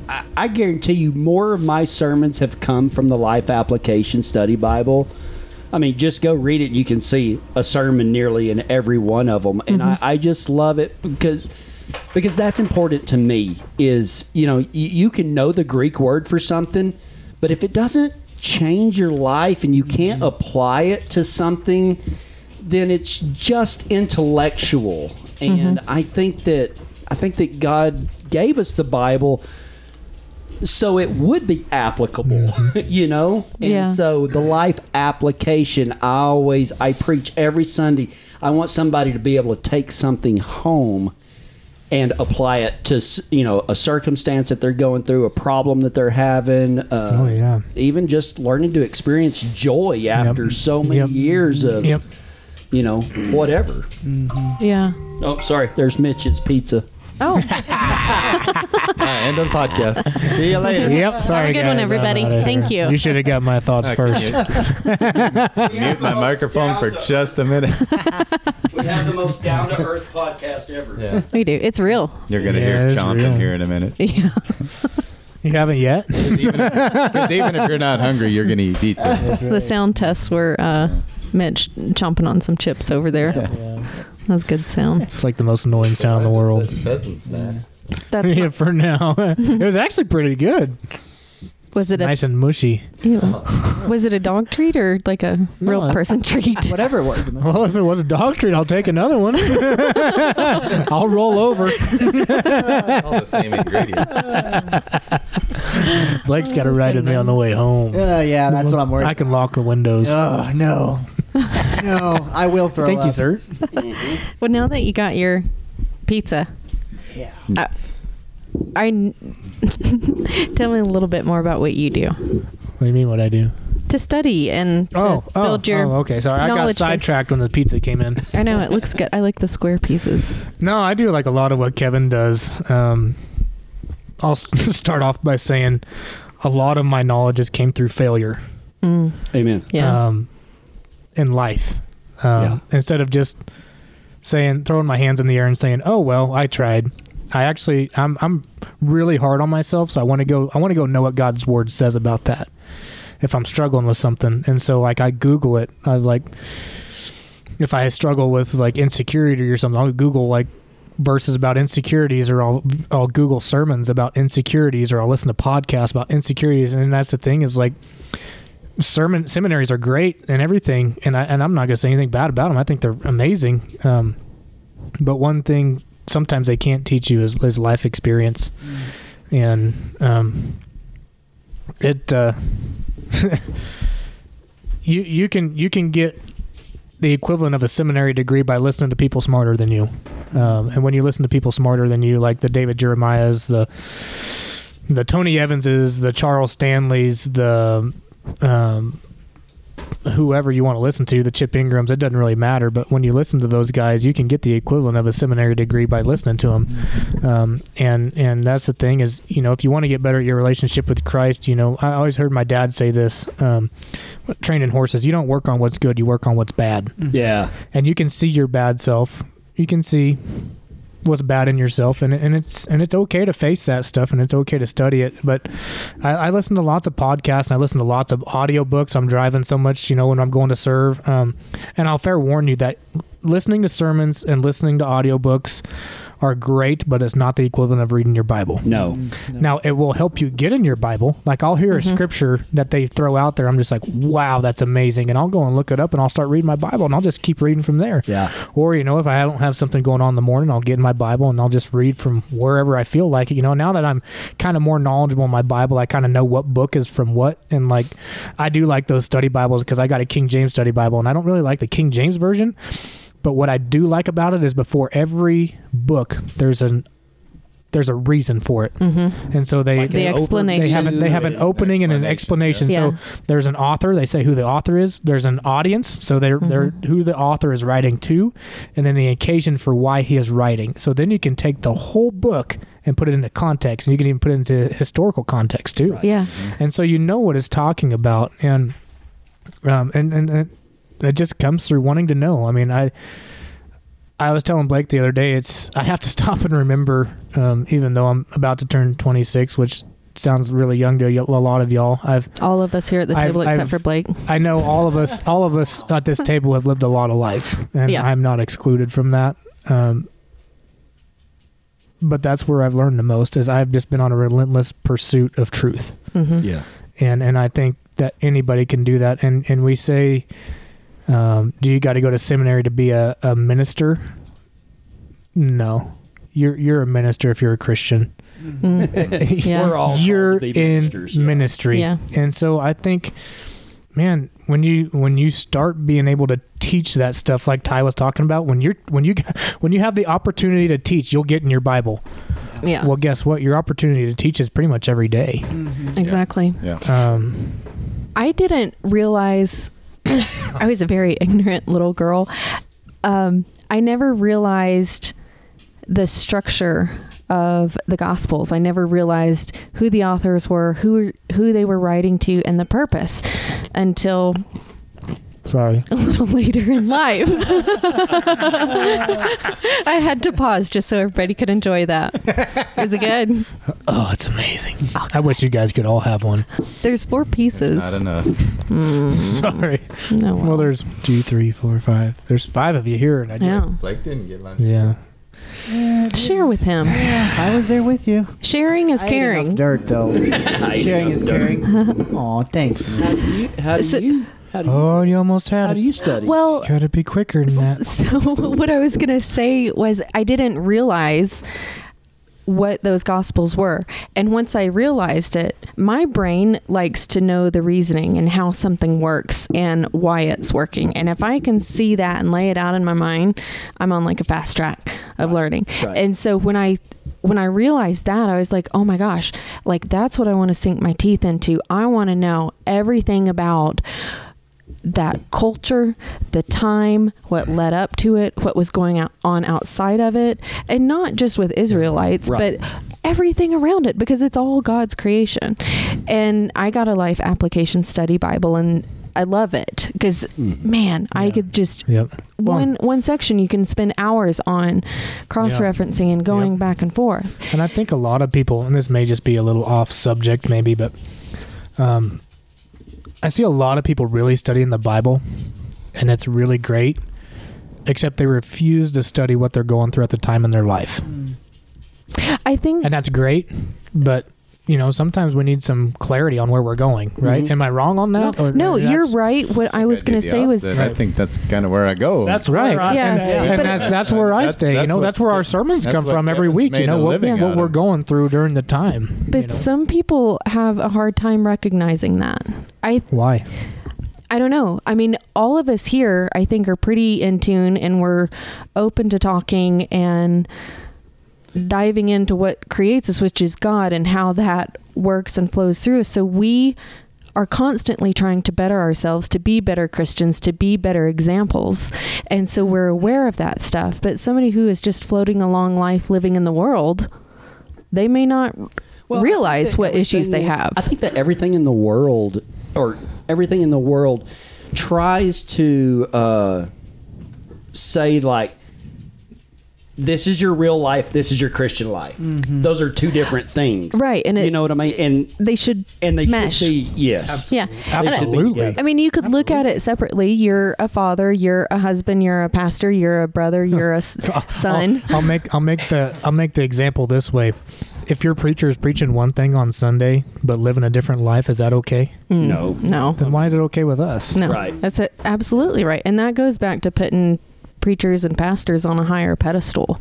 Speaker 6: I, I guarantee you, more of my sermons have come from the Life Application Study Bible. I mean, just go read it, and you can see a sermon nearly in every one of them, and I, I just love it because because that's important to me. Is you know you, you can know the Greek word for something, but if it doesn't change your life and you can't apply it to something then it's just intellectual. And
Speaker 5: Mm-hmm.
Speaker 6: I think that I think that God gave us the Bible so it would be applicable,
Speaker 5: Mm-hmm.
Speaker 6: <laughs> you know? And
Speaker 1: Yeah.
Speaker 6: so the life application, I always I preach every Sunday. I want somebody to be able to take something home and apply it to s- you know a circumstance that they're going through, a problem that they're having. Uh,
Speaker 5: Oh, yeah.
Speaker 6: Even just learning to experience joy after so many
Speaker 5: Yep.
Speaker 6: years of
Speaker 5: Yep.
Speaker 6: you know, whatever.
Speaker 1: Yeah.
Speaker 6: Oh, sorry. There's Mitch's pizza.
Speaker 4: <laughs>
Speaker 1: Oh,
Speaker 4: All right, end of
Speaker 1: <laughs>
Speaker 4: the podcast. See you later.
Speaker 5: Yep. Sorry,
Speaker 1: good
Speaker 5: guys.
Speaker 1: one,
Speaker 5: I'm
Speaker 1: everybody.
Speaker 5: outta here.
Speaker 1: Thank you.
Speaker 5: You should have got my thoughts
Speaker 4: Okay.
Speaker 5: first.
Speaker 4: Mute my microphone for just a
Speaker 1: <laughs>
Speaker 4: minute.
Speaker 6: We have the most down to earth podcast ever.
Speaker 1: we do. It's real. <laughs>
Speaker 4: You're gonna
Speaker 5: Yeah,
Speaker 4: hear
Speaker 5: it's real.
Speaker 4: chomping here in a minute.
Speaker 1: Yeah.
Speaker 5: You haven't yet.
Speaker 4: even if, 'cause even if you're not hungry, you're gonna eat
Speaker 1: <laughs>
Speaker 4: pizza.
Speaker 1: The sound tests were uh, Mitch chomping on some chips over there. That was good
Speaker 4: <laughs>
Speaker 1: sound.
Speaker 5: It's like the most annoying sound in the world.
Speaker 1: That's
Speaker 5: <laughs> Yeah, for now, it was actually pretty good.
Speaker 1: was it a
Speaker 5: nice and mushy.
Speaker 1: ew.
Speaker 4: <laughs>
Speaker 1: was it a dog treat or like a real
Speaker 5: that's-
Speaker 1: person treat?
Speaker 3: Whatever it was. man.
Speaker 5: Well, if it was a dog treat, I'll take another one. <laughs> I'll roll over.
Speaker 4: All the same ingredients.
Speaker 5: Blake's got to ride with me on the way home.
Speaker 3: Uh, yeah, that's what I'm worried.
Speaker 5: I can lock the windows.
Speaker 3: Oh
Speaker 5: <laughs>
Speaker 3: no, no! I will throw.
Speaker 5: Thank
Speaker 3: up.
Speaker 5: you, sir.
Speaker 1: Well, now that you got your pizza,
Speaker 3: Yeah.
Speaker 1: I, I n- <laughs> tell me a little bit more about what you do
Speaker 5: What do you mean? What I do?
Speaker 1: to study and to
Speaker 5: Oh, oh,
Speaker 1: build your.
Speaker 5: oh, okay. Sorry, I
Speaker 1: knowledge
Speaker 5: got
Speaker 1: base.
Speaker 5: sidetracked when the pizza came in.
Speaker 1: I know it looks good. I like the square pieces.
Speaker 5: <laughs> No, I do like a lot of what Kevin does. Um, I'll s- <laughs> start off by saying a lot of my knowledge just came through failure.
Speaker 1: Mm,
Speaker 6: Amen.
Speaker 1: yeah.
Speaker 5: um, in life. Um, Instead of just saying, throwing my hands in the air and saying, "Oh well, I tried." I actually, I'm, I'm really hard on myself, so I want to go. I want to go know what God's Word says about that. If I'm struggling with something, and so like I Google it, I like if I struggle with like insecurity or something, I'll Google like verses about insecurities, or I'll I'll Google sermons about insecurities, or I'll listen to podcasts about insecurities. And that's the thing is like sermon seminaries are great and everything, and I and I'm not gonna say anything bad about them. I think they're amazing. Um, but one thing sometimes they can't teach you is, is life experience, and um, it uh, <laughs> you you can you can get the equivalent of a seminary degree by listening to people smarter than you. Um, and when you listen to people smarter than you, like the David Jeremiah's, the the Tony Evanses, the Charles Stanleys, the um, whoever you want to listen to, the Chip Ingrams, it doesn't really matter. But when you listen to those guys, you can get the equivalent of a seminary degree by listening to them. Um, and and that's the thing is, you know, if you want to get better at your relationship with Christ, you know, I always heard my dad say this: um, training horses, you don't work on what's good, you work on what's bad
Speaker 6: Mm-hmm. Yeah.
Speaker 5: and you can see your bad self. You can see what's bad in yourself, and and it's and it's okay to face that stuff, and it's okay to study it. But I, I listen to lots of podcasts, and I listen to lots of audiobooks. I'm driving so much, you know, when I'm going to serve. Um, and I'll fair warn you that listening to sermons and listening to audiobooks are great, but it's not the equivalent of reading your Bible.
Speaker 6: No. Mm-hmm.
Speaker 5: Now it will help you get in your Bible. Like I'll hear a scripture that they throw out there. I'm just like, wow, that's amazing, and I'll go and look it up, and I'll start reading my Bible, and I'll just keep reading from there.
Speaker 6: Yeah.
Speaker 5: Or you know, if I don't have something going on in the morning, I'll get in my Bible and I'll just read from wherever I feel like it. You know, now that I'm kind of more knowledgeable in my Bible, I kind of know what book is from what, and like I do like those study Bibles because I got a King James study Bible, and I don't really like the King James version. But what I do like about it is before every book, there's an there's a reason for it, mm-hmm. and so they
Speaker 6: Like
Speaker 1: The
Speaker 5: they,
Speaker 6: an open-
Speaker 1: explanation.
Speaker 5: they have an, they have an
Speaker 4: An
Speaker 5: opening and an explanation.
Speaker 4: explanation,
Speaker 1: yeah.
Speaker 5: So there's an author. They say who the author is. There's an audience. So they're
Speaker 1: Mm-hmm.
Speaker 5: they're who the author is writing to, and then the occasion for why he is writing. So then you can take the whole book and put it into context, and you can even put it into historical context too
Speaker 1: Yeah.
Speaker 5: and so you know what it's talking about and um and and, and it just comes through wanting to know i mean i I was telling Blake the other day, it's I have to <laughs> stop and remember, um, even though I'm about to turn 26, which sounds really young to a lot of y'all. I've
Speaker 1: All of us here at the
Speaker 5: I've-
Speaker 1: table except
Speaker 5: I've-
Speaker 1: for Blake.
Speaker 5: I know all of us, all of us at this table have lived a lot of life, and
Speaker 1: Yeah.
Speaker 5: I'm not excluded from that. Um, but that's where I've learned the most is I've just been on a relentless pursuit of truth
Speaker 1: Mm-hmm.
Speaker 4: Yeah.
Speaker 5: and and I think that anybody can do that. And and we say, um, do you got to go to seminary to be a, a minister? No, you're you're a minister if you're a Christian.
Speaker 1: <laughs> Mm.
Speaker 5: <laughs>
Speaker 1: Yeah.
Speaker 6: We're all
Speaker 5: you're
Speaker 6: called to be
Speaker 5: in
Speaker 6: ministers, yeah.
Speaker 5: ministry,
Speaker 1: Yeah.
Speaker 5: and so I think, man, when you when you start being able to teach that stuff like Ty was talking about, when you're when you <laughs> when you have the opportunity to teach, you'll get in your Bible.
Speaker 1: Yeah.
Speaker 5: Well, guess what? Your opportunity to teach is pretty much every day.
Speaker 1: exactly.
Speaker 4: Yeah.
Speaker 5: Um,
Speaker 1: I didn't realize <coughs> I was a very ignorant little girl. Um, I never realized the structure of the gospels. I never realized who the authors were, who who they were writing to and the purpose until <laughs>
Speaker 5: sorry.
Speaker 1: a little later in life. <laughs> I had to pause just so everybody could enjoy that. Is it good?
Speaker 5: Oh, it's amazing. I wish you guys could all have one.
Speaker 1: There's four
Speaker 4: Not
Speaker 1: pieces.
Speaker 4: enough.
Speaker 5: <laughs> Sorry.
Speaker 1: No.
Speaker 5: Well, there's two, three, four, five. There's five of you here, and I just.
Speaker 1: yeah.
Speaker 4: Blake didn't get lunch.
Speaker 5: Yeah.
Speaker 1: Share with him.
Speaker 3: I was there with you.
Speaker 1: Sharing is
Speaker 3: I ate enough
Speaker 1: caring.
Speaker 3: dirt though.
Speaker 6: <laughs> I ate
Speaker 3: Sharing
Speaker 6: enough
Speaker 3: is
Speaker 6: dirt. <laughs>
Speaker 3: caring. Aw, thanks.
Speaker 6: How
Speaker 3: Man.
Speaker 6: do you? How do
Speaker 1: So-
Speaker 6: you? How do you,
Speaker 5: Oh, you almost had
Speaker 6: how do
Speaker 5: it.
Speaker 6: you study?
Speaker 1: Well,
Speaker 5: Could it be quicker than
Speaker 1: <laughs>
Speaker 5: that?
Speaker 1: so what I was going to say was I didn't realize what those gospels were. And once I realized it, my brain likes to know the reasoning and how something works and why it's working. And if I can see that and lay it out in my mind, I'm on like a fast track of learning.
Speaker 6: Right.
Speaker 1: And so when I when I realized that, I was like, "Oh my gosh, like that's what I want to sink my teeth into. I want to know everything about that culture, the time, what led up to it, what was going out on outside of it, and not just with Israelites,
Speaker 6: Right.
Speaker 1: but everything around it because it's all God's creation. And I got a life application study Bible and I love it because man, I
Speaker 5: Mm. Yeah.
Speaker 1: could just
Speaker 5: Yep.
Speaker 1: one one section you can spend hours on cross referencing and going
Speaker 5: Yep.
Speaker 1: back and forth.
Speaker 5: And I think a lot of people, and this may just be a little off subject, maybe, but um, I see a lot of people really studying the Bible, and it's really great, except they refuse to study what they're going through at the time in their life.
Speaker 1: I think
Speaker 5: and that's great. But you know, sometimes we need some clarity on where we're going, right?
Speaker 6: Mhm.
Speaker 5: Am I wrong on that? Or-
Speaker 1: no,
Speaker 5: or
Speaker 1: you're
Speaker 5: that's-
Speaker 1: right. What I was
Speaker 4: did
Speaker 1: going to
Speaker 4: the
Speaker 1: say was
Speaker 4: opposite. I think that's kind of where I go.
Speaker 5: That's right.
Speaker 6: where I
Speaker 1: Yeah.
Speaker 6: stay.
Speaker 1: Yeah.
Speaker 5: And
Speaker 1: But-
Speaker 5: that's that's where I
Speaker 4: That's-
Speaker 5: stay. you
Speaker 4: that's
Speaker 5: know,
Speaker 4: what-
Speaker 5: that's where our sermons
Speaker 4: that's
Speaker 5: come
Speaker 4: what
Speaker 5: from every
Speaker 4: Kevin's
Speaker 5: week. You
Speaker 4: made
Speaker 5: know
Speaker 4: a
Speaker 5: what,
Speaker 4: living
Speaker 5: what
Speaker 4: out
Speaker 5: we're
Speaker 4: of.
Speaker 5: going through during the time.
Speaker 1: but
Speaker 5: you know?
Speaker 1: some people have a hard time recognizing that. I
Speaker 5: why?
Speaker 1: I don't know. I mean, all of us here, I think, are pretty in tune and we're open to talking and diving into what creates us, which is God, and how that works and flows through us. So we are constantly trying to better ourselves, to be better Christians, to be better examples. And so we're aware of that stuff. But somebody who is just floating along life, living in the world, they may not
Speaker 6: Well, I think
Speaker 1: realize
Speaker 6: that
Speaker 1: what issues they
Speaker 6: everything-
Speaker 1: have.
Speaker 6: I think that everything in the world, or everything in the world, tries to uh, say like this is your real life, this is your Christian life. Those are two different things.
Speaker 1: Right, and it-
Speaker 6: you know what I mean? And
Speaker 1: They should
Speaker 6: and they
Speaker 1: mesh.
Speaker 6: should be yes.
Speaker 1: Yeah. And I-
Speaker 5: Absolutely.
Speaker 6: together.
Speaker 1: I mean, you could look at it separately. You're a father, you're a husband, you're a pastor, you're a
Speaker 5: <laughs>
Speaker 1: brother, you're a s-
Speaker 5: Oh.
Speaker 1: son.
Speaker 5: I'll, I'll make I'll make the I'll make the example this way. If your preacher is preaching one thing on Sunday but living a different life, is that okay?
Speaker 1: Mm.
Speaker 6: No.
Speaker 5: mm-hmm.
Speaker 1: No,
Speaker 5: Then why is it okay with us?
Speaker 1: no.
Speaker 6: Right.
Speaker 1: That's a, absolutely right. And that goes back to putting preachers and pastors on a higher pedestal.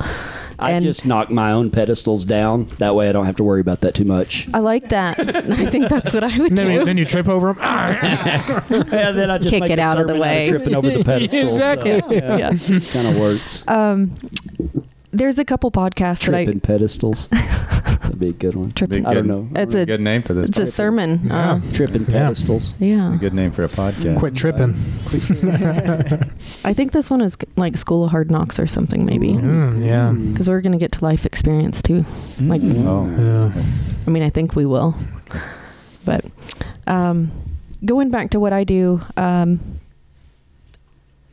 Speaker 6: I
Speaker 1: and
Speaker 6: just knock my own pedestals down. That way I don't have to worry about that too <laughs> much.
Speaker 1: I like that. I think that's what I would
Speaker 5: Then, you-
Speaker 1: do.
Speaker 5: then you trip over them.
Speaker 6: and then I just
Speaker 1: Kick
Speaker 6: make
Speaker 1: it
Speaker 6: a
Speaker 1: out of the
Speaker 6: sermon
Speaker 1: way.
Speaker 6: tripping over
Speaker 1: <laughs>
Speaker 6: the pedestal.
Speaker 1: Exactly. <laughs> Yeah.
Speaker 6: kind of works.
Speaker 1: Um, there's a couple podcasts that I
Speaker 6: tripping pedestals.
Speaker 1: <laughs>
Speaker 6: That'd be a good one.
Speaker 1: tripping.
Speaker 6: I don't know.
Speaker 1: It's a
Speaker 4: Good name for this.
Speaker 1: it's a sermon.
Speaker 5: Yeah.
Speaker 1: Um,
Speaker 6: Tripping
Speaker 5: Yeah.
Speaker 6: pedestals.
Speaker 1: yeah.
Speaker 4: Good name for a podcast.
Speaker 5: <laughs> Quit tripping.
Speaker 1: I think this one is like School of Hard Knocks or something maybe.
Speaker 5: Mm, yeah.
Speaker 1: Because we're gonna get to life experience too. Like
Speaker 4: Oh,
Speaker 5: Yeah.
Speaker 1: I mean, I think we will. But um, going back to what I do, um,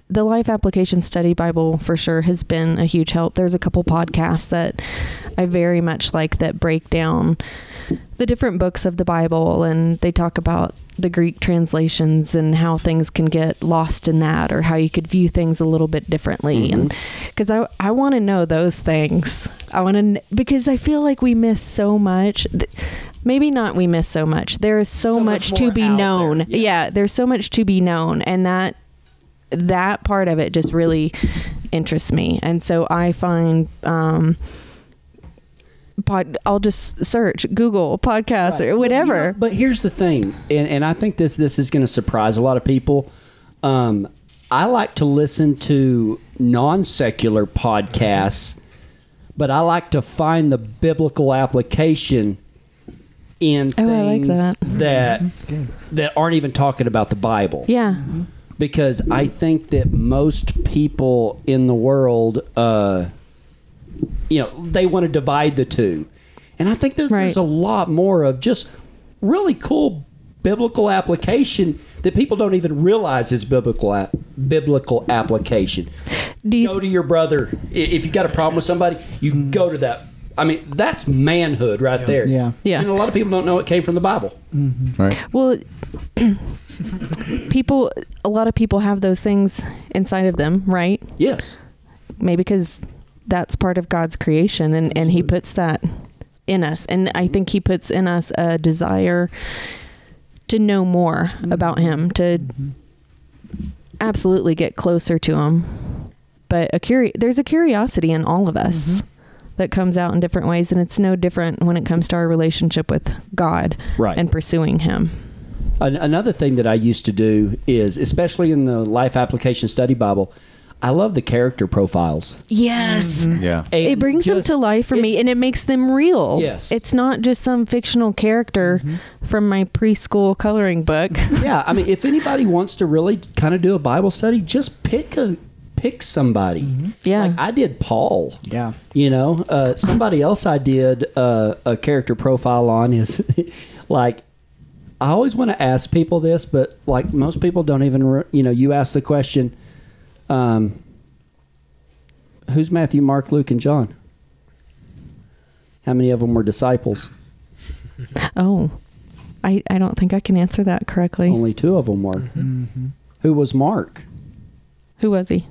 Speaker 1: the Life Application Study Bible for sure has been a huge help. There's a couple podcasts that I very much like that break down the different books of the Bible and they talk about the Greek translations and how things can get lost in that or how you could view things a little bit differently
Speaker 6: Mm-hmm.
Speaker 1: and because I, I want to know those things I want to because I feel like we miss so much Th- maybe not we miss so much there is so,
Speaker 6: So
Speaker 1: much,
Speaker 6: much
Speaker 1: to
Speaker 6: more
Speaker 1: be
Speaker 6: out
Speaker 1: known
Speaker 6: there, yeah.
Speaker 1: yeah there's so much to be known and that that part of it just really interests me and so i find um pod i'll just search google podcast or
Speaker 6: You know,
Speaker 1: whatever
Speaker 6: but here's the thing, and, and I think this this is going to surprise a lot of people. Um, I like to listen to non secular podcasts, but I like to find the biblical application in
Speaker 1: Oh, I like
Speaker 6: things
Speaker 1: that.
Speaker 6: that that aren't even talking about the Bible
Speaker 1: yeah
Speaker 6: because I think that most people in the world, uh, you know, they want to divide the two, and I think there's,
Speaker 1: Right.
Speaker 6: there's a lot more of just really cool biblical application that people don't even realize is biblical ap- biblical application.
Speaker 1: Do you-
Speaker 6: go to your brother I- if you got a problem with somebody, you go to that. I mean, that's manhood right there.
Speaker 3: Yeah.
Speaker 1: Yeah.
Speaker 6: And a lot of people don't know it came from the Bible.
Speaker 4: right.
Speaker 1: Well, <clears throat> people, a lot of people have those things inside of them, right?
Speaker 6: Yes.
Speaker 1: Maybe because that's part of God's creation and, and He puts that in us. And I think He puts in us a desire to know more about Him, to absolutely get closer to Him. But a curi- there's a curiosity in all of us. That comes out in different ways, and it's no different when it comes to our relationship with God
Speaker 6: Right.
Speaker 1: and pursuing Him.
Speaker 6: An- another thing that I used to do is, especially in the Life Application Study Bible, I love the character profiles.
Speaker 1: Yes.
Speaker 4: Yeah.
Speaker 6: And
Speaker 1: It brings them
Speaker 6: just-
Speaker 1: to life for
Speaker 6: it-
Speaker 1: me and it makes them real.
Speaker 6: Yes. Mm-hmm.
Speaker 1: It's not just some fictional character from my preschool coloring book.
Speaker 6: Yeah, I mean, if anybody wants to really kind of do a Bible study, just pick a pick somebody.
Speaker 1: Yeah.
Speaker 6: like I did Paul.
Speaker 3: Yeah.
Speaker 6: you know, uh, somebody else I did uh, a character profile on is <laughs> like. I always want to ask people this, but like most people don't even, re- you know, you ask the question, um, who's Matthew, Mark, Luke, and John? How many of them were disciples?
Speaker 1: <laughs> oh. I, I don't think I can answer that correctly.
Speaker 6: Only two of them were. Who was Mark?
Speaker 1: Who was he?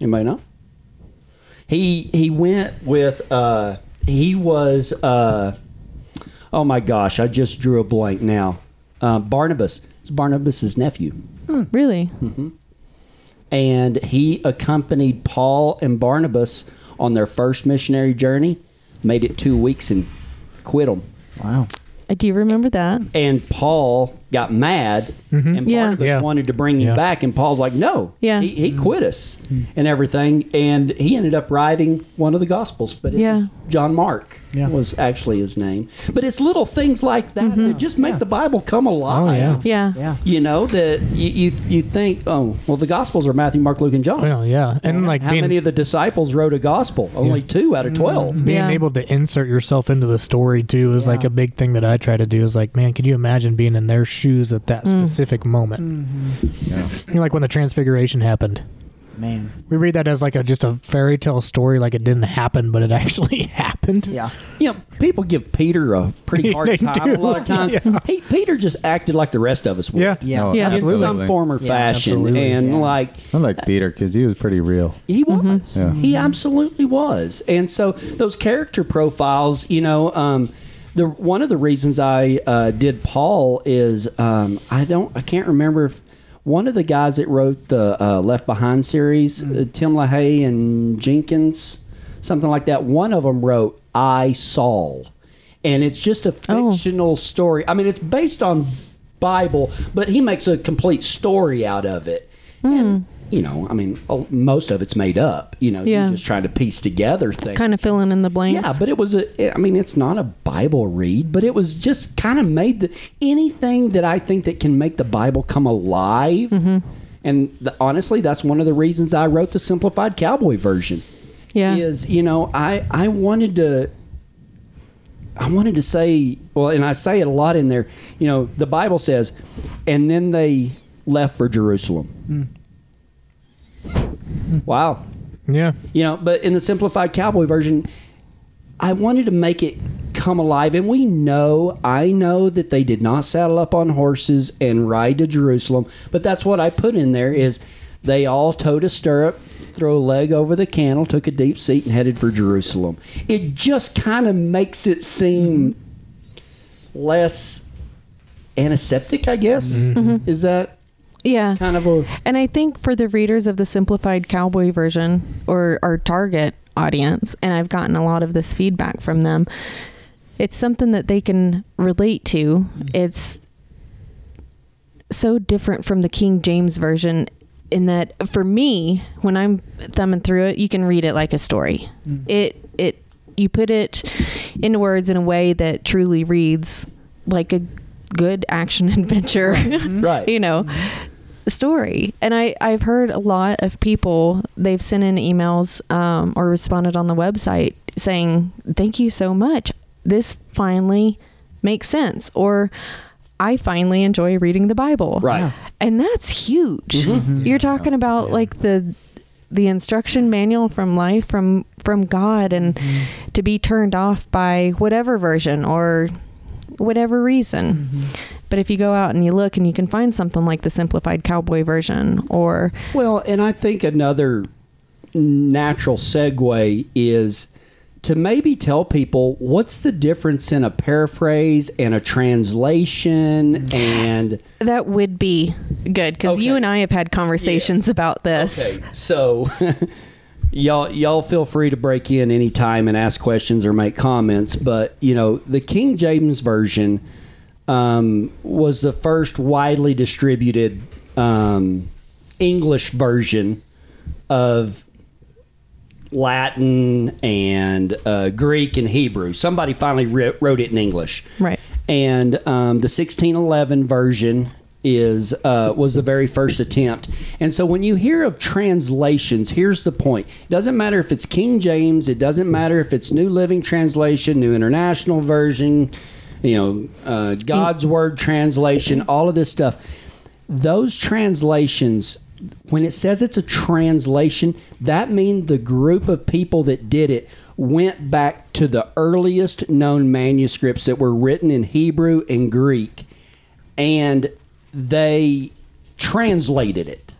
Speaker 6: Anybody know? He he went with uh he was uh oh my gosh, I just drew a blank now. Uh, Barnabas. It's Barnabas's nephew.
Speaker 1: Really?
Speaker 6: Hmm. And he accompanied Paul and Barnabas on their first missionary journey, made it two weeks and quit them.
Speaker 3: Wow.
Speaker 1: I Uh, do remember that.
Speaker 6: And Paul got mad, and
Speaker 1: Yeah.
Speaker 6: Barnabas
Speaker 5: Mm-hmm. Yeah.
Speaker 6: wanted to bring him
Speaker 5: Yeah. Mm-hmm.
Speaker 6: back, and Paul's like, "No,
Speaker 1: Yeah.
Speaker 6: he, he quit us and everything." And he ended up writing one of the Gospels, but it
Speaker 1: Yeah.
Speaker 6: was John Mark
Speaker 3: Yeah.
Speaker 6: was actually his name. But it's little things like that that just make the Bible come alive.
Speaker 5: Mm-hmm. Oh, yeah.
Speaker 1: Yeah.
Speaker 3: Yeah.
Speaker 6: You know that you, you you think, oh, well, the Gospels are Matthew, Mark, Luke, and John.
Speaker 5: Well, yeah. And like
Speaker 6: How
Speaker 5: being,
Speaker 6: many of the disciples wrote a gospel? Only
Speaker 5: Yeah. Mm-hmm.
Speaker 6: two out of twelve.
Speaker 5: being
Speaker 1: Yeah.
Speaker 5: able to insert yourself into the story too is like
Speaker 3: Yeah.
Speaker 5: a big thing that I try to do. Is like, man, could you imagine being in
Speaker 3: Mm.
Speaker 5: their shoes at that specific moment?
Speaker 4: Yeah.
Speaker 5: You know, like when the transfiguration happened.
Speaker 3: man.
Speaker 5: We read that as like a just a fairy tale story, like it didn't happen, but it <laughs> actually happened.
Speaker 3: Yeah.
Speaker 6: you know, people give Peter a pretty
Speaker 5: <laughs> They
Speaker 6: hard time a
Speaker 5: do.
Speaker 6: lot of times.
Speaker 5: <laughs> Yeah.
Speaker 6: He, Peter just acted like the rest of us would.
Speaker 5: Yeah.
Speaker 3: Yeah.
Speaker 4: No,
Speaker 1: Yeah.
Speaker 6: In
Speaker 4: absolutely.
Speaker 6: some form or
Speaker 3: Yeah,
Speaker 6: fashion.
Speaker 3: absolutely,
Speaker 6: and
Speaker 3: yeah.
Speaker 6: like
Speaker 4: I like Peter because he was pretty real.
Speaker 6: he
Speaker 5: Mm-hmm.
Speaker 6: was.
Speaker 4: Yeah.
Speaker 6: He absolutely was. And so those character profiles, you know, um, the one of the reasons I uh, did Paul is um, I don't I can't remember if one of the guys that wrote the uh, Left Behind series, uh, Tim LaHaye and Jenkins, something like that. One of them wrote I Saul, and it's just a
Speaker 1: Oh.
Speaker 6: fictional story. I mean, it's based on Bible, but he makes a complete story out of it. And, you know, I mean, oh, most of it's made up. You know,
Speaker 1: Yeah.
Speaker 6: you're just trying to piece together things.
Speaker 1: Kind of filling in the blanks.
Speaker 6: Yeah, but it was a. I mean, it's not a Bible read, but it was just kind of made the anything that I think that can make the Bible come alive.
Speaker 1: Mm-hmm.
Speaker 6: And the, honestly, that's one of the reasons I wrote the simplified cowboy version.
Speaker 1: Yeah.
Speaker 6: is you know I I wanted to. I wanted to say well, and I say it a lot in there. You know, the Bible says, and then they left for Jerusalem. Wow,
Speaker 5: Yeah.
Speaker 6: you know but in the simplified cowboy version i wanted to make it come alive and we know i know that they did not saddle up on horses and ride to jerusalem but that's what i put in there is they all towed a stirrup threw a leg over the candle took a deep seat and headed for jerusalem it just kind of makes it seem less antiseptic i guess is that
Speaker 1: yeah.
Speaker 6: kind of a
Speaker 1: And I think for the readers of the simplified cowboy version or our target audience, and I've gotten a lot of this feedback from them, it's something that they can relate to.
Speaker 6: Mm-hmm.
Speaker 1: It's so different from the King James version in that for me, when I'm thumbing through it, you can read it like a story.
Speaker 6: Mm-hmm.
Speaker 1: It it you put it into words in a way that truly reads like a good action <laughs> adventure.
Speaker 6: Right.
Speaker 1: <laughs>
Speaker 6: Mm-hmm.
Speaker 1: you know story and i i've heard a lot of people they've sent in emails um, or responded on the website saying thank you so much this finally makes sense or i finally enjoy reading the bible
Speaker 6: Right.
Speaker 1: and that's huge you're talking about like the the instruction manual from life from from god and
Speaker 6: Mm-hmm.
Speaker 1: to be turned off by whatever version or whatever reason
Speaker 6: Mm-hmm.
Speaker 1: but if you go out and you look and you can find something like the simplified cowboy version or
Speaker 6: Well, and I think another natural segue is to maybe tell people what's the difference in a paraphrase and a translation and
Speaker 1: that would be good because you
Speaker 6: Okay.
Speaker 1: and i have had conversations
Speaker 6: Yes.
Speaker 1: about this
Speaker 6: Okay, so <laughs> y'all y'all feel free to break in anytime and ask questions or make comments, but you know, the King James version um, was the first widely distributed um, English version of Latin and uh, Greek and Hebrew. Somebody finally wri- wrote it in English,
Speaker 1: Right.
Speaker 6: And um, the 1611 version is uh, was the very first attempt. And so when you hear of translations, here's the point: it doesn't matter if it's King James, it doesn't matter if it's New Living Translation, New International Version, you know, uh, God's Word translation, all of this stuff those translations when it says it's a translation that means the group of people that did it went back to the earliest known manuscripts that were written in hebrew and greek and they translated it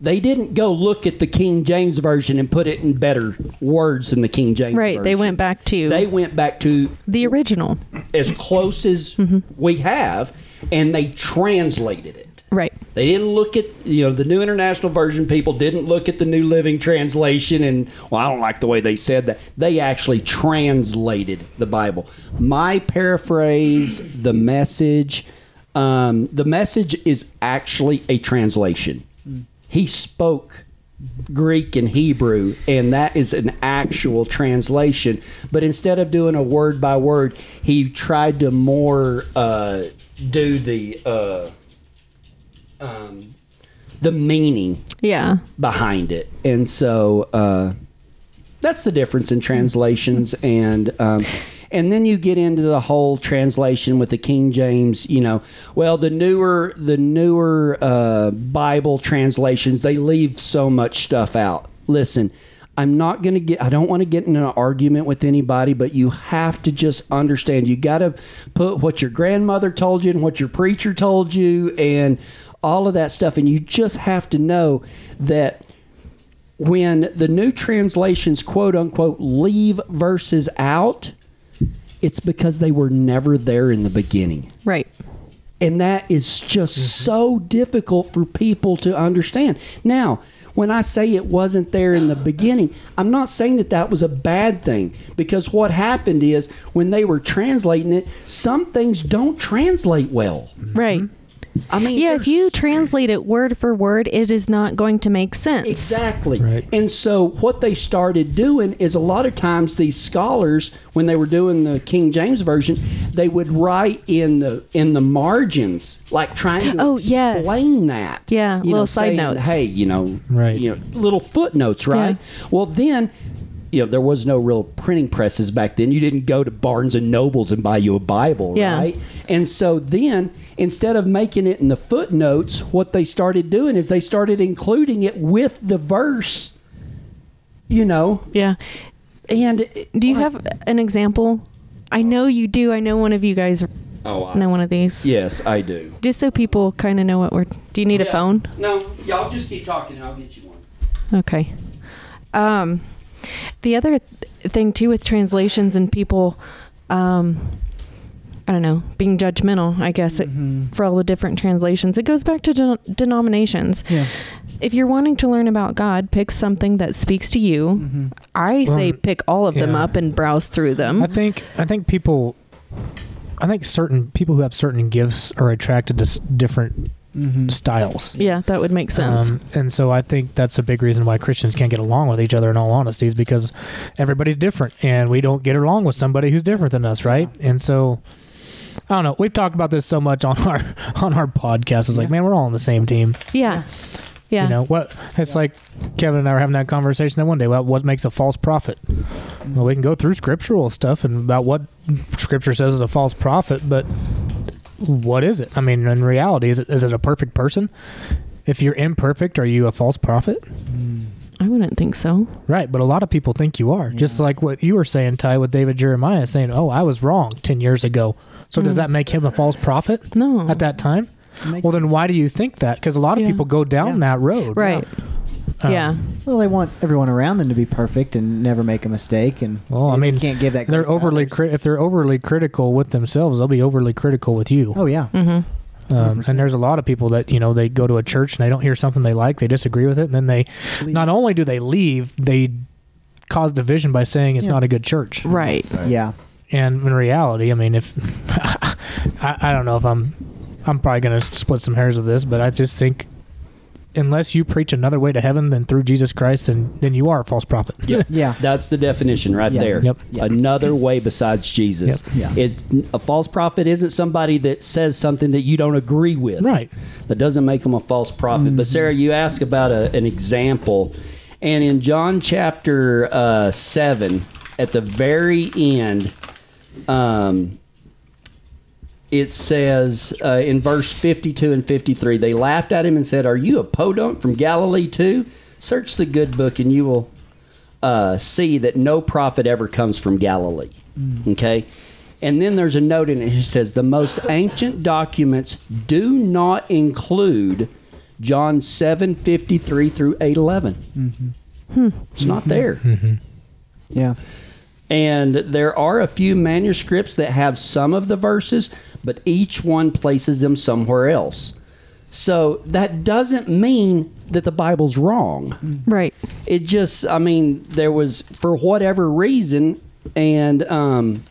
Speaker 6: they didn't go look at the king james version and put it in better words than the king james
Speaker 1: right they
Speaker 6: version.
Speaker 1: went back to
Speaker 6: they went back to
Speaker 1: the original
Speaker 6: as close as we have, and they translated it.
Speaker 1: right
Speaker 6: They didn't look at you know the New International Version people didn't look at the New Living Translation and well I don't like the way they said that they actually translated the Bible. My paraphrase, the message, um, the message is actually a translation. He spoke Greek and Hebrew, and that is an actual translation. But instead of doing a word by word, he tried to more uh, do the. Uh, the meaning
Speaker 1: yeah
Speaker 6: behind it. And so uh, that's the difference in translations. And um, And then you get into the whole translation with the King James, you know, well, the newer the newer uh, Bible translations, they leave so much stuff out. Listen, I'm not going to get, I don't want to get in an argument with anybody, but you have to just understand. You got to put what your grandmother told you and what your preacher told you and all of that stuff. And you just have to know that when the new translations, quote unquote, leave verses out, it's because they were never there in the beginning.
Speaker 1: Right.
Speaker 6: And that is just
Speaker 1: Mm-hmm.
Speaker 6: so difficult for people to understand. Now, when I say it wasn't there in the beginning, I'm not saying that that was a bad thing because what happened is when they were translating it, some things don't translate well.
Speaker 1: Right.
Speaker 6: I mean,
Speaker 1: Yeah, if
Speaker 6: there's-
Speaker 1: you translate it word for word, it is not going to make sense.
Speaker 6: Exactly.
Speaker 5: Right.
Speaker 6: And so what they started doing is a lot of times these scholars, when they were doing the King James version, they would write in the in the margins, like trying to
Speaker 1: Oh, yes.
Speaker 6: explain that.
Speaker 1: Yeah,
Speaker 6: you
Speaker 1: little side
Speaker 6: saying,
Speaker 1: notes.
Speaker 6: Hey, you know,
Speaker 5: Right.
Speaker 6: You know, little footnotes, right? Well, then. You know, there was no real printing presses back then. You didn't go to Barnes and Nobles and buy you a Bible,
Speaker 1: Yeah.
Speaker 6: right? And so then, instead of making it in the footnotes, what they started doing is they started including it with the verse, you know.
Speaker 1: Yeah.
Speaker 6: And
Speaker 1: Do you have an example? I know you do. I know one of you guys
Speaker 6: Oh, I-
Speaker 1: know one of these.
Speaker 6: Yes, I do.
Speaker 1: Just so people kind of know what we're. Do you need a phone?
Speaker 6: No, y'all just keep talking, and I'll get you one.
Speaker 1: Okay. Um, the other th- thing too with translations and people, um, I don't know, being judgmental. I guess it, for all the different translations, it goes back to den- denominations.
Speaker 3: Yeah.
Speaker 1: If you're wanting to learn about God, pick something that speaks to you. I say
Speaker 5: Well,
Speaker 1: pick all of them
Speaker 5: yeah.
Speaker 1: up and browse through
Speaker 3: Mm-hmm.
Speaker 1: them.
Speaker 5: I think I think people, I think certain people who have certain gifts are attracted to s- different
Speaker 3: Mm-hmm.
Speaker 5: styles.
Speaker 1: yeah, that would make sense.
Speaker 5: Um, and so I think that's a big reason why Christians can't get along with each other in all honesty is because everybody's different and we don't get along with somebody who's different than us, right? And so I don't know. We've talked about this so much on <laughs> our on our podcast. It's like, man, we're all on the same team.
Speaker 1: yeah. Yeah.
Speaker 5: You know what? It's like Kevin and I were having that conversation that one day. Well, what makes a false prophet? Well, we can go through scriptural stuff and about what scripture says is a false prophet, but what is it? I mean, in reality, is it, is it a perfect person? If you're imperfect, are you a false prophet?
Speaker 1: I wouldn't think so.
Speaker 5: Right, but a lot of people think you are. Just like what you were saying, Ty, with David Jeremiah saying, "Oh, I was wrong ten years ago." So does that make him a false prophet?
Speaker 1: Mm. No.
Speaker 5: At that time,
Speaker 3: Makes-
Speaker 5: well, then why do you think that? Because a lot of
Speaker 1: Yeah.
Speaker 5: people go down
Speaker 3: Yeah.
Speaker 5: that road,
Speaker 1: Right.
Speaker 5: Um,
Speaker 1: yeah.
Speaker 3: Well, they want everyone around them to be perfect and never make a mistake, and
Speaker 5: Well, I
Speaker 3: and they
Speaker 5: mean,
Speaker 3: can't give that.
Speaker 5: They're
Speaker 3: grace to
Speaker 5: overly
Speaker 3: others.
Speaker 5: cri- if they're overly critical with themselves, they'll be overly critical with you.
Speaker 3: oh yeah,
Speaker 1: Mm-hmm.
Speaker 5: Um, and there's a lot of people that you know they go to a church and they don't hear something they like, they disagree with it, and then they
Speaker 3: Leave.
Speaker 5: not only do they leave, they cause division by saying it's
Speaker 3: Yeah.
Speaker 5: not a good church.
Speaker 1: Right.
Speaker 3: yeah.
Speaker 5: And in reality, I mean, if <laughs> I, I don't know if I'm, I'm probably going to split some hairs with this, but I just think unless you preach another way to heaven than through Jesus Christ, then then you are a false prophet.
Speaker 6: Yeah.
Speaker 3: <laughs> Yeah.
Speaker 6: That's the definition right
Speaker 3: Yeah.
Speaker 6: there.
Speaker 5: Yep.
Speaker 3: Yeah.
Speaker 6: Another way besides Jesus.
Speaker 3: Yep. Yeah.
Speaker 6: It, a false prophet isn't somebody that says something that you don't agree with.
Speaker 5: Right.
Speaker 6: That doesn't make them a false prophet. But
Speaker 3: Mm-hmm.
Speaker 6: Sarah, you ask about a, an example, and in John chapter uh, seven, at the very end, um, it says uh, in verse 52 and 53 they laughed at him and said are you a podunk from galilee too search the good book and you will uh, see that no prophet ever comes from galilee okay and then there's a note in it that says the most ancient documents do not include john 7 53 through 8 11 it's not there
Speaker 3: Yeah.
Speaker 6: and there are a few manuscripts that have some of the verses, but each one places them somewhere else. So that doesn't mean that the Bible's wrong.
Speaker 1: Right.
Speaker 6: It just, I mean, there was, for whatever reason, and, um,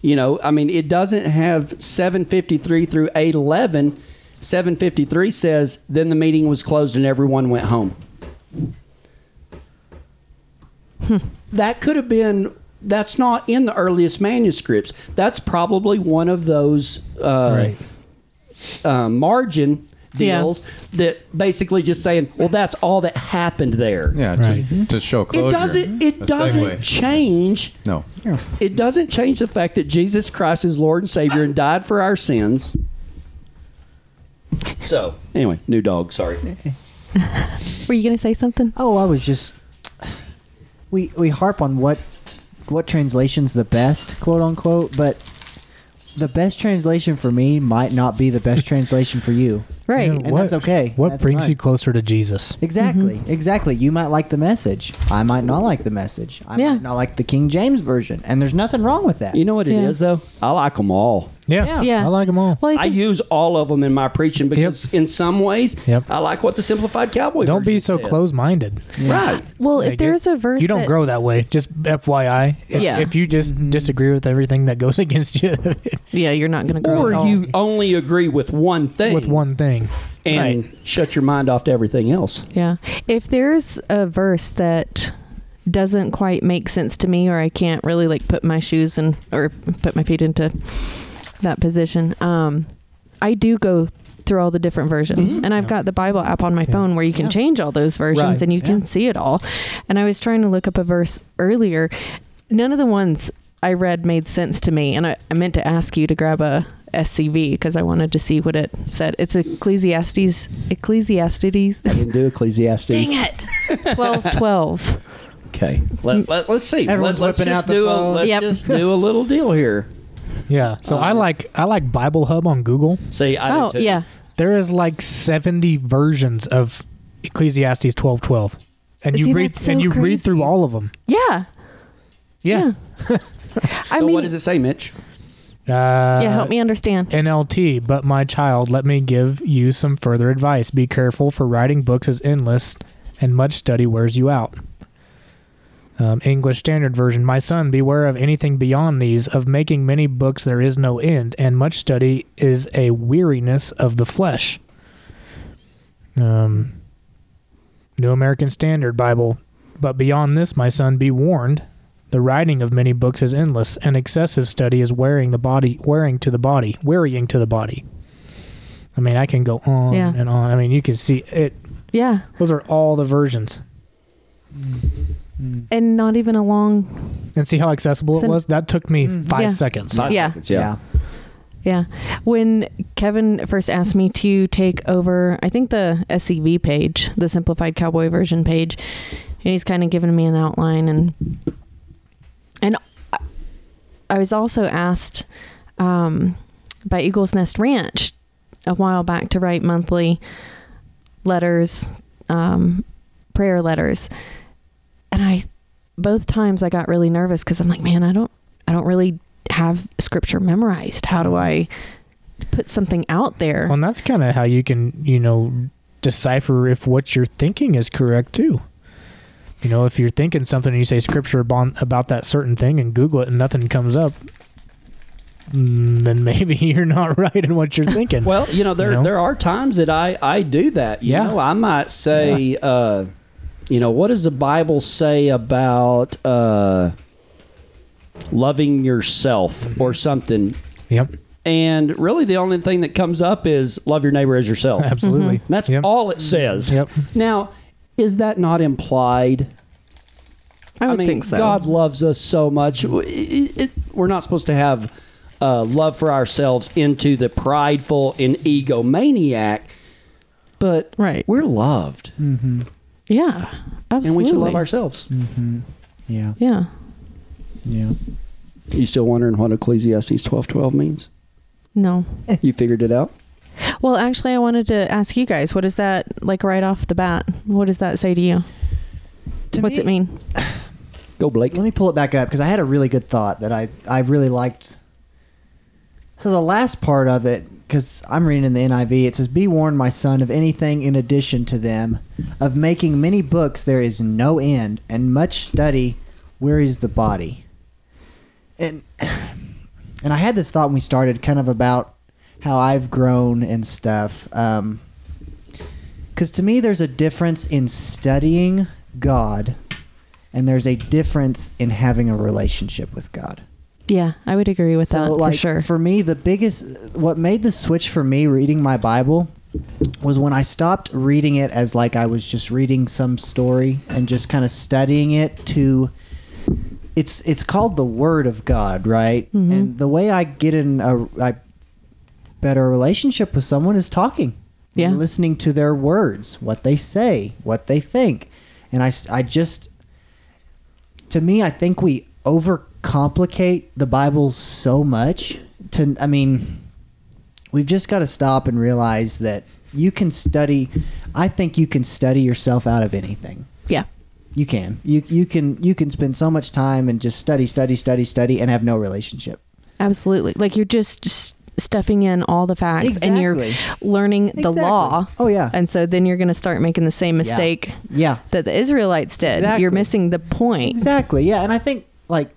Speaker 6: you know, I mean, it doesn't have 753 through 811. 753 says, then the meeting was closed and everyone went home. that could have been that's not in the earliest manuscripts that's probably one of those uh, uh, margin
Speaker 1: Yeah.
Speaker 6: deals that basically just saying, well, that's all that happened there.
Speaker 4: Yeah, just to show closure.
Speaker 6: It doesn't. It
Speaker 4: A
Speaker 6: doesn't
Speaker 4: segue.
Speaker 6: change.
Speaker 4: No.
Speaker 6: It doesn't change the fact that Jesus Christ is Lord and Savior and died for our sins. So anyway, new dog. Sorry.
Speaker 1: Were you going to say something?
Speaker 3: Oh, I was just we we harp on what what translation's the best, quote unquote, but the best translation for me might not be the best translation for you.
Speaker 1: Right.
Speaker 5: You know,
Speaker 3: And that's okay.
Speaker 5: What
Speaker 3: That's
Speaker 5: brings
Speaker 3: fine.
Speaker 5: you closer to Jesus?
Speaker 3: Exactly. Exactly. You might like the message. I might not like the message. I
Speaker 1: Yeah.
Speaker 3: might not like the King James version, and there's nothing wrong with that.
Speaker 6: You know what it is
Speaker 1: Yeah.
Speaker 6: though. I like them all.
Speaker 5: Yeah,
Speaker 1: Yeah.
Speaker 5: I like them all.
Speaker 1: Well, I
Speaker 6: I
Speaker 1: think-
Speaker 6: use all of them in my preaching because, in some ways,
Speaker 5: Yep.
Speaker 6: I like what the simplified cowboy.
Speaker 5: Don't be
Speaker 6: version
Speaker 5: so
Speaker 6: says.
Speaker 5: close-minded.
Speaker 6: Right.
Speaker 1: well
Speaker 5: Like,
Speaker 1: if there
Speaker 5: it-
Speaker 1: is a verse
Speaker 5: you don't
Speaker 1: that-
Speaker 5: grow that way. Just FYI, if,
Speaker 1: Yeah.
Speaker 5: if you just disagree with everything that goes <laughs> against you
Speaker 1: Yeah, you're not going to grow.
Speaker 6: Or
Speaker 1: at all.
Speaker 6: you only agree with one thing
Speaker 5: with one thing,
Speaker 6: and
Speaker 5: Right.
Speaker 6: shut your mind off to everything else.
Speaker 1: Yeah. If there's a verse that doesn't quite make sense to me or I can't really like put my shoes in or put my feet into that position, um I do go through all the different versions and I've got the Bible app on my phone where you can change all those versions
Speaker 6: Right.
Speaker 1: and you can see it all. And I was trying to look up a verse earlier. None of the ones I read made sense to me and I, I meant to ask you to grab a SCV because I wanted to see what it said. It's Ecclesiastes Ecclesiastes
Speaker 6: I didn't do Ecclesiastes.
Speaker 1: it.
Speaker 6: <laughs>
Speaker 1: 12 12.
Speaker 6: Okay. Let, let, us see.
Speaker 3: Mm. Everyone's
Speaker 6: let, us
Speaker 3: whipping
Speaker 6: just
Speaker 3: out the
Speaker 6: do A,
Speaker 3: phone.
Speaker 6: let's
Speaker 1: Yep.
Speaker 6: just do a little deal here.
Speaker 5: yeah. So I like I like Bible Hub on Google.
Speaker 6: See, I
Speaker 1: Oh,
Speaker 6: do too.
Speaker 1: yeah.
Speaker 5: There is like seventy versions of Ecclesiastes twelve twelve, and you
Speaker 1: See,
Speaker 5: read
Speaker 1: that's so
Speaker 5: and you read
Speaker 1: crazy.
Speaker 5: through all of them.
Speaker 1: Yeah.
Speaker 5: Yeah.
Speaker 6: <laughs>
Speaker 1: I
Speaker 6: So
Speaker 1: mean,
Speaker 6: what does it say, Mitch?
Speaker 5: Uh,
Speaker 1: yeah, help me understand.
Speaker 5: NLT, but my child, let me give you some further advice. Be careful, for writing books is endless, and much study wears you out. Um, English Standard Version. My son, beware of anything beyond these. Of making many books, there is no end, and much study is a weariness of the flesh. Um, New American Standard Bible. But beyond this, my son, be warned. The writing of many books is endless, and excessive study is wearing the body, wearing to the body, wearying to the body. I mean, I can go on
Speaker 1: Yeah.
Speaker 5: and on. I mean, you can see it.
Speaker 1: Yeah.
Speaker 5: Those are all the versions,
Speaker 1: And not even a long.
Speaker 5: and see how accessible it
Speaker 1: Sen-
Speaker 5: was. That took me five
Speaker 1: Mm-hmm. Yeah.
Speaker 5: seconds.
Speaker 6: Five
Speaker 1: Yeah.
Speaker 6: seconds, yeah.
Speaker 1: Yeah. When Kevin first asked me to take over, I think the SCV page, the simplified cowboy version page, and he's kind of given me an outline and and I- I was also asked um, by Eagles Nest Ranch a while back to write monthly letters, um, prayer letters, and I both times I got really nervous because I'm like, man, I don't, I don't really have scripture memorized. How do I put something out there?
Speaker 5: Well, and that's kind of how you can, you know, decipher if what you're thinking is correct too. You know, if you're thinking something and you say scripture abon- about that certain thing and Google it and nothing comes up, mm, then <laughs> maybe you're not right in what you're thinking.
Speaker 6: Well, you know, there
Speaker 5: You know?
Speaker 6: there are times that I I do that. You
Speaker 5: Yeah.
Speaker 6: know, I might say, uh, you know, what does the Bible say about uh, loving yourself or something?
Speaker 5: yep,
Speaker 6: And really, the only thing that comes up is love your neighbor as yourself.
Speaker 5: absolutely.
Speaker 3: mm-hmm.
Speaker 6: And That's
Speaker 5: Yep.
Speaker 6: all it says.
Speaker 5: Yep.
Speaker 6: Now, is that not implied?
Speaker 1: I would
Speaker 6: mean,
Speaker 1: think so.
Speaker 6: God loves us so much. W- it- it- we're not supposed to have uh, love for ourselves into the prideful and egomaniac, but
Speaker 1: Right.
Speaker 6: we're loved,
Speaker 1: yeah. Absolutely.
Speaker 6: and we should love ourselves.
Speaker 3: Yeah.
Speaker 1: Yeah.
Speaker 3: Yeah.
Speaker 6: You still wondering what Ecclesiastes twelve twelve means?
Speaker 1: No.
Speaker 6: You figured it out.
Speaker 1: Well, actually, I wanted to ask you guys, what is that like right off the bat? What does that say to you?
Speaker 3: To
Speaker 1: What's
Speaker 3: me-
Speaker 1: it mean?
Speaker 6: Go, Blake.
Speaker 3: Let me pull it back up because I had a really good thought that I, I really liked. So the last part of it, because I'm reading in the NIV, it says, "Be warned, my son, of anything in addition to them, of making many books there is no end, and much study wearies the body." And <sighs> and I had this thought when we started, kind of about how I've grown and stuff. Um, because to me, there's a difference in studying God, and there's a difference in having a relationship with God.
Speaker 1: Yeah, I would agree with that
Speaker 3: like,
Speaker 1: for sure.
Speaker 3: For me, the biggest, what made the switch for me reading my Bible was when I stopped reading it as like I was just reading some story and just kind of studying it to it's it's called the word of God, right? And the way I get in a I better relationship with someone is talking.
Speaker 1: Yeah.
Speaker 3: And listening to their words, what they say, what they think. And I s- I just to me, I think we overcomplicate the Bible so much. To I mean, we've just got to stop and realize that you can study. I think you can study yourself out of anything.
Speaker 1: Yeah.
Speaker 3: You can. You you can you can spend so much time and just study, study, study, study, and have no relationship.
Speaker 1: Absolutely. Like you're just, just stuffing in all the facts and you're
Speaker 3: Exactly.
Speaker 1: learning the
Speaker 3: Exactly.
Speaker 1: law.
Speaker 3: Oh, yeah.
Speaker 1: And so then you're going to start making the same mistake
Speaker 3: Yeah.
Speaker 1: that the Israelites did.
Speaker 3: Exactly.
Speaker 1: You're missing the point.
Speaker 3: Exactly. Yeah, and I think like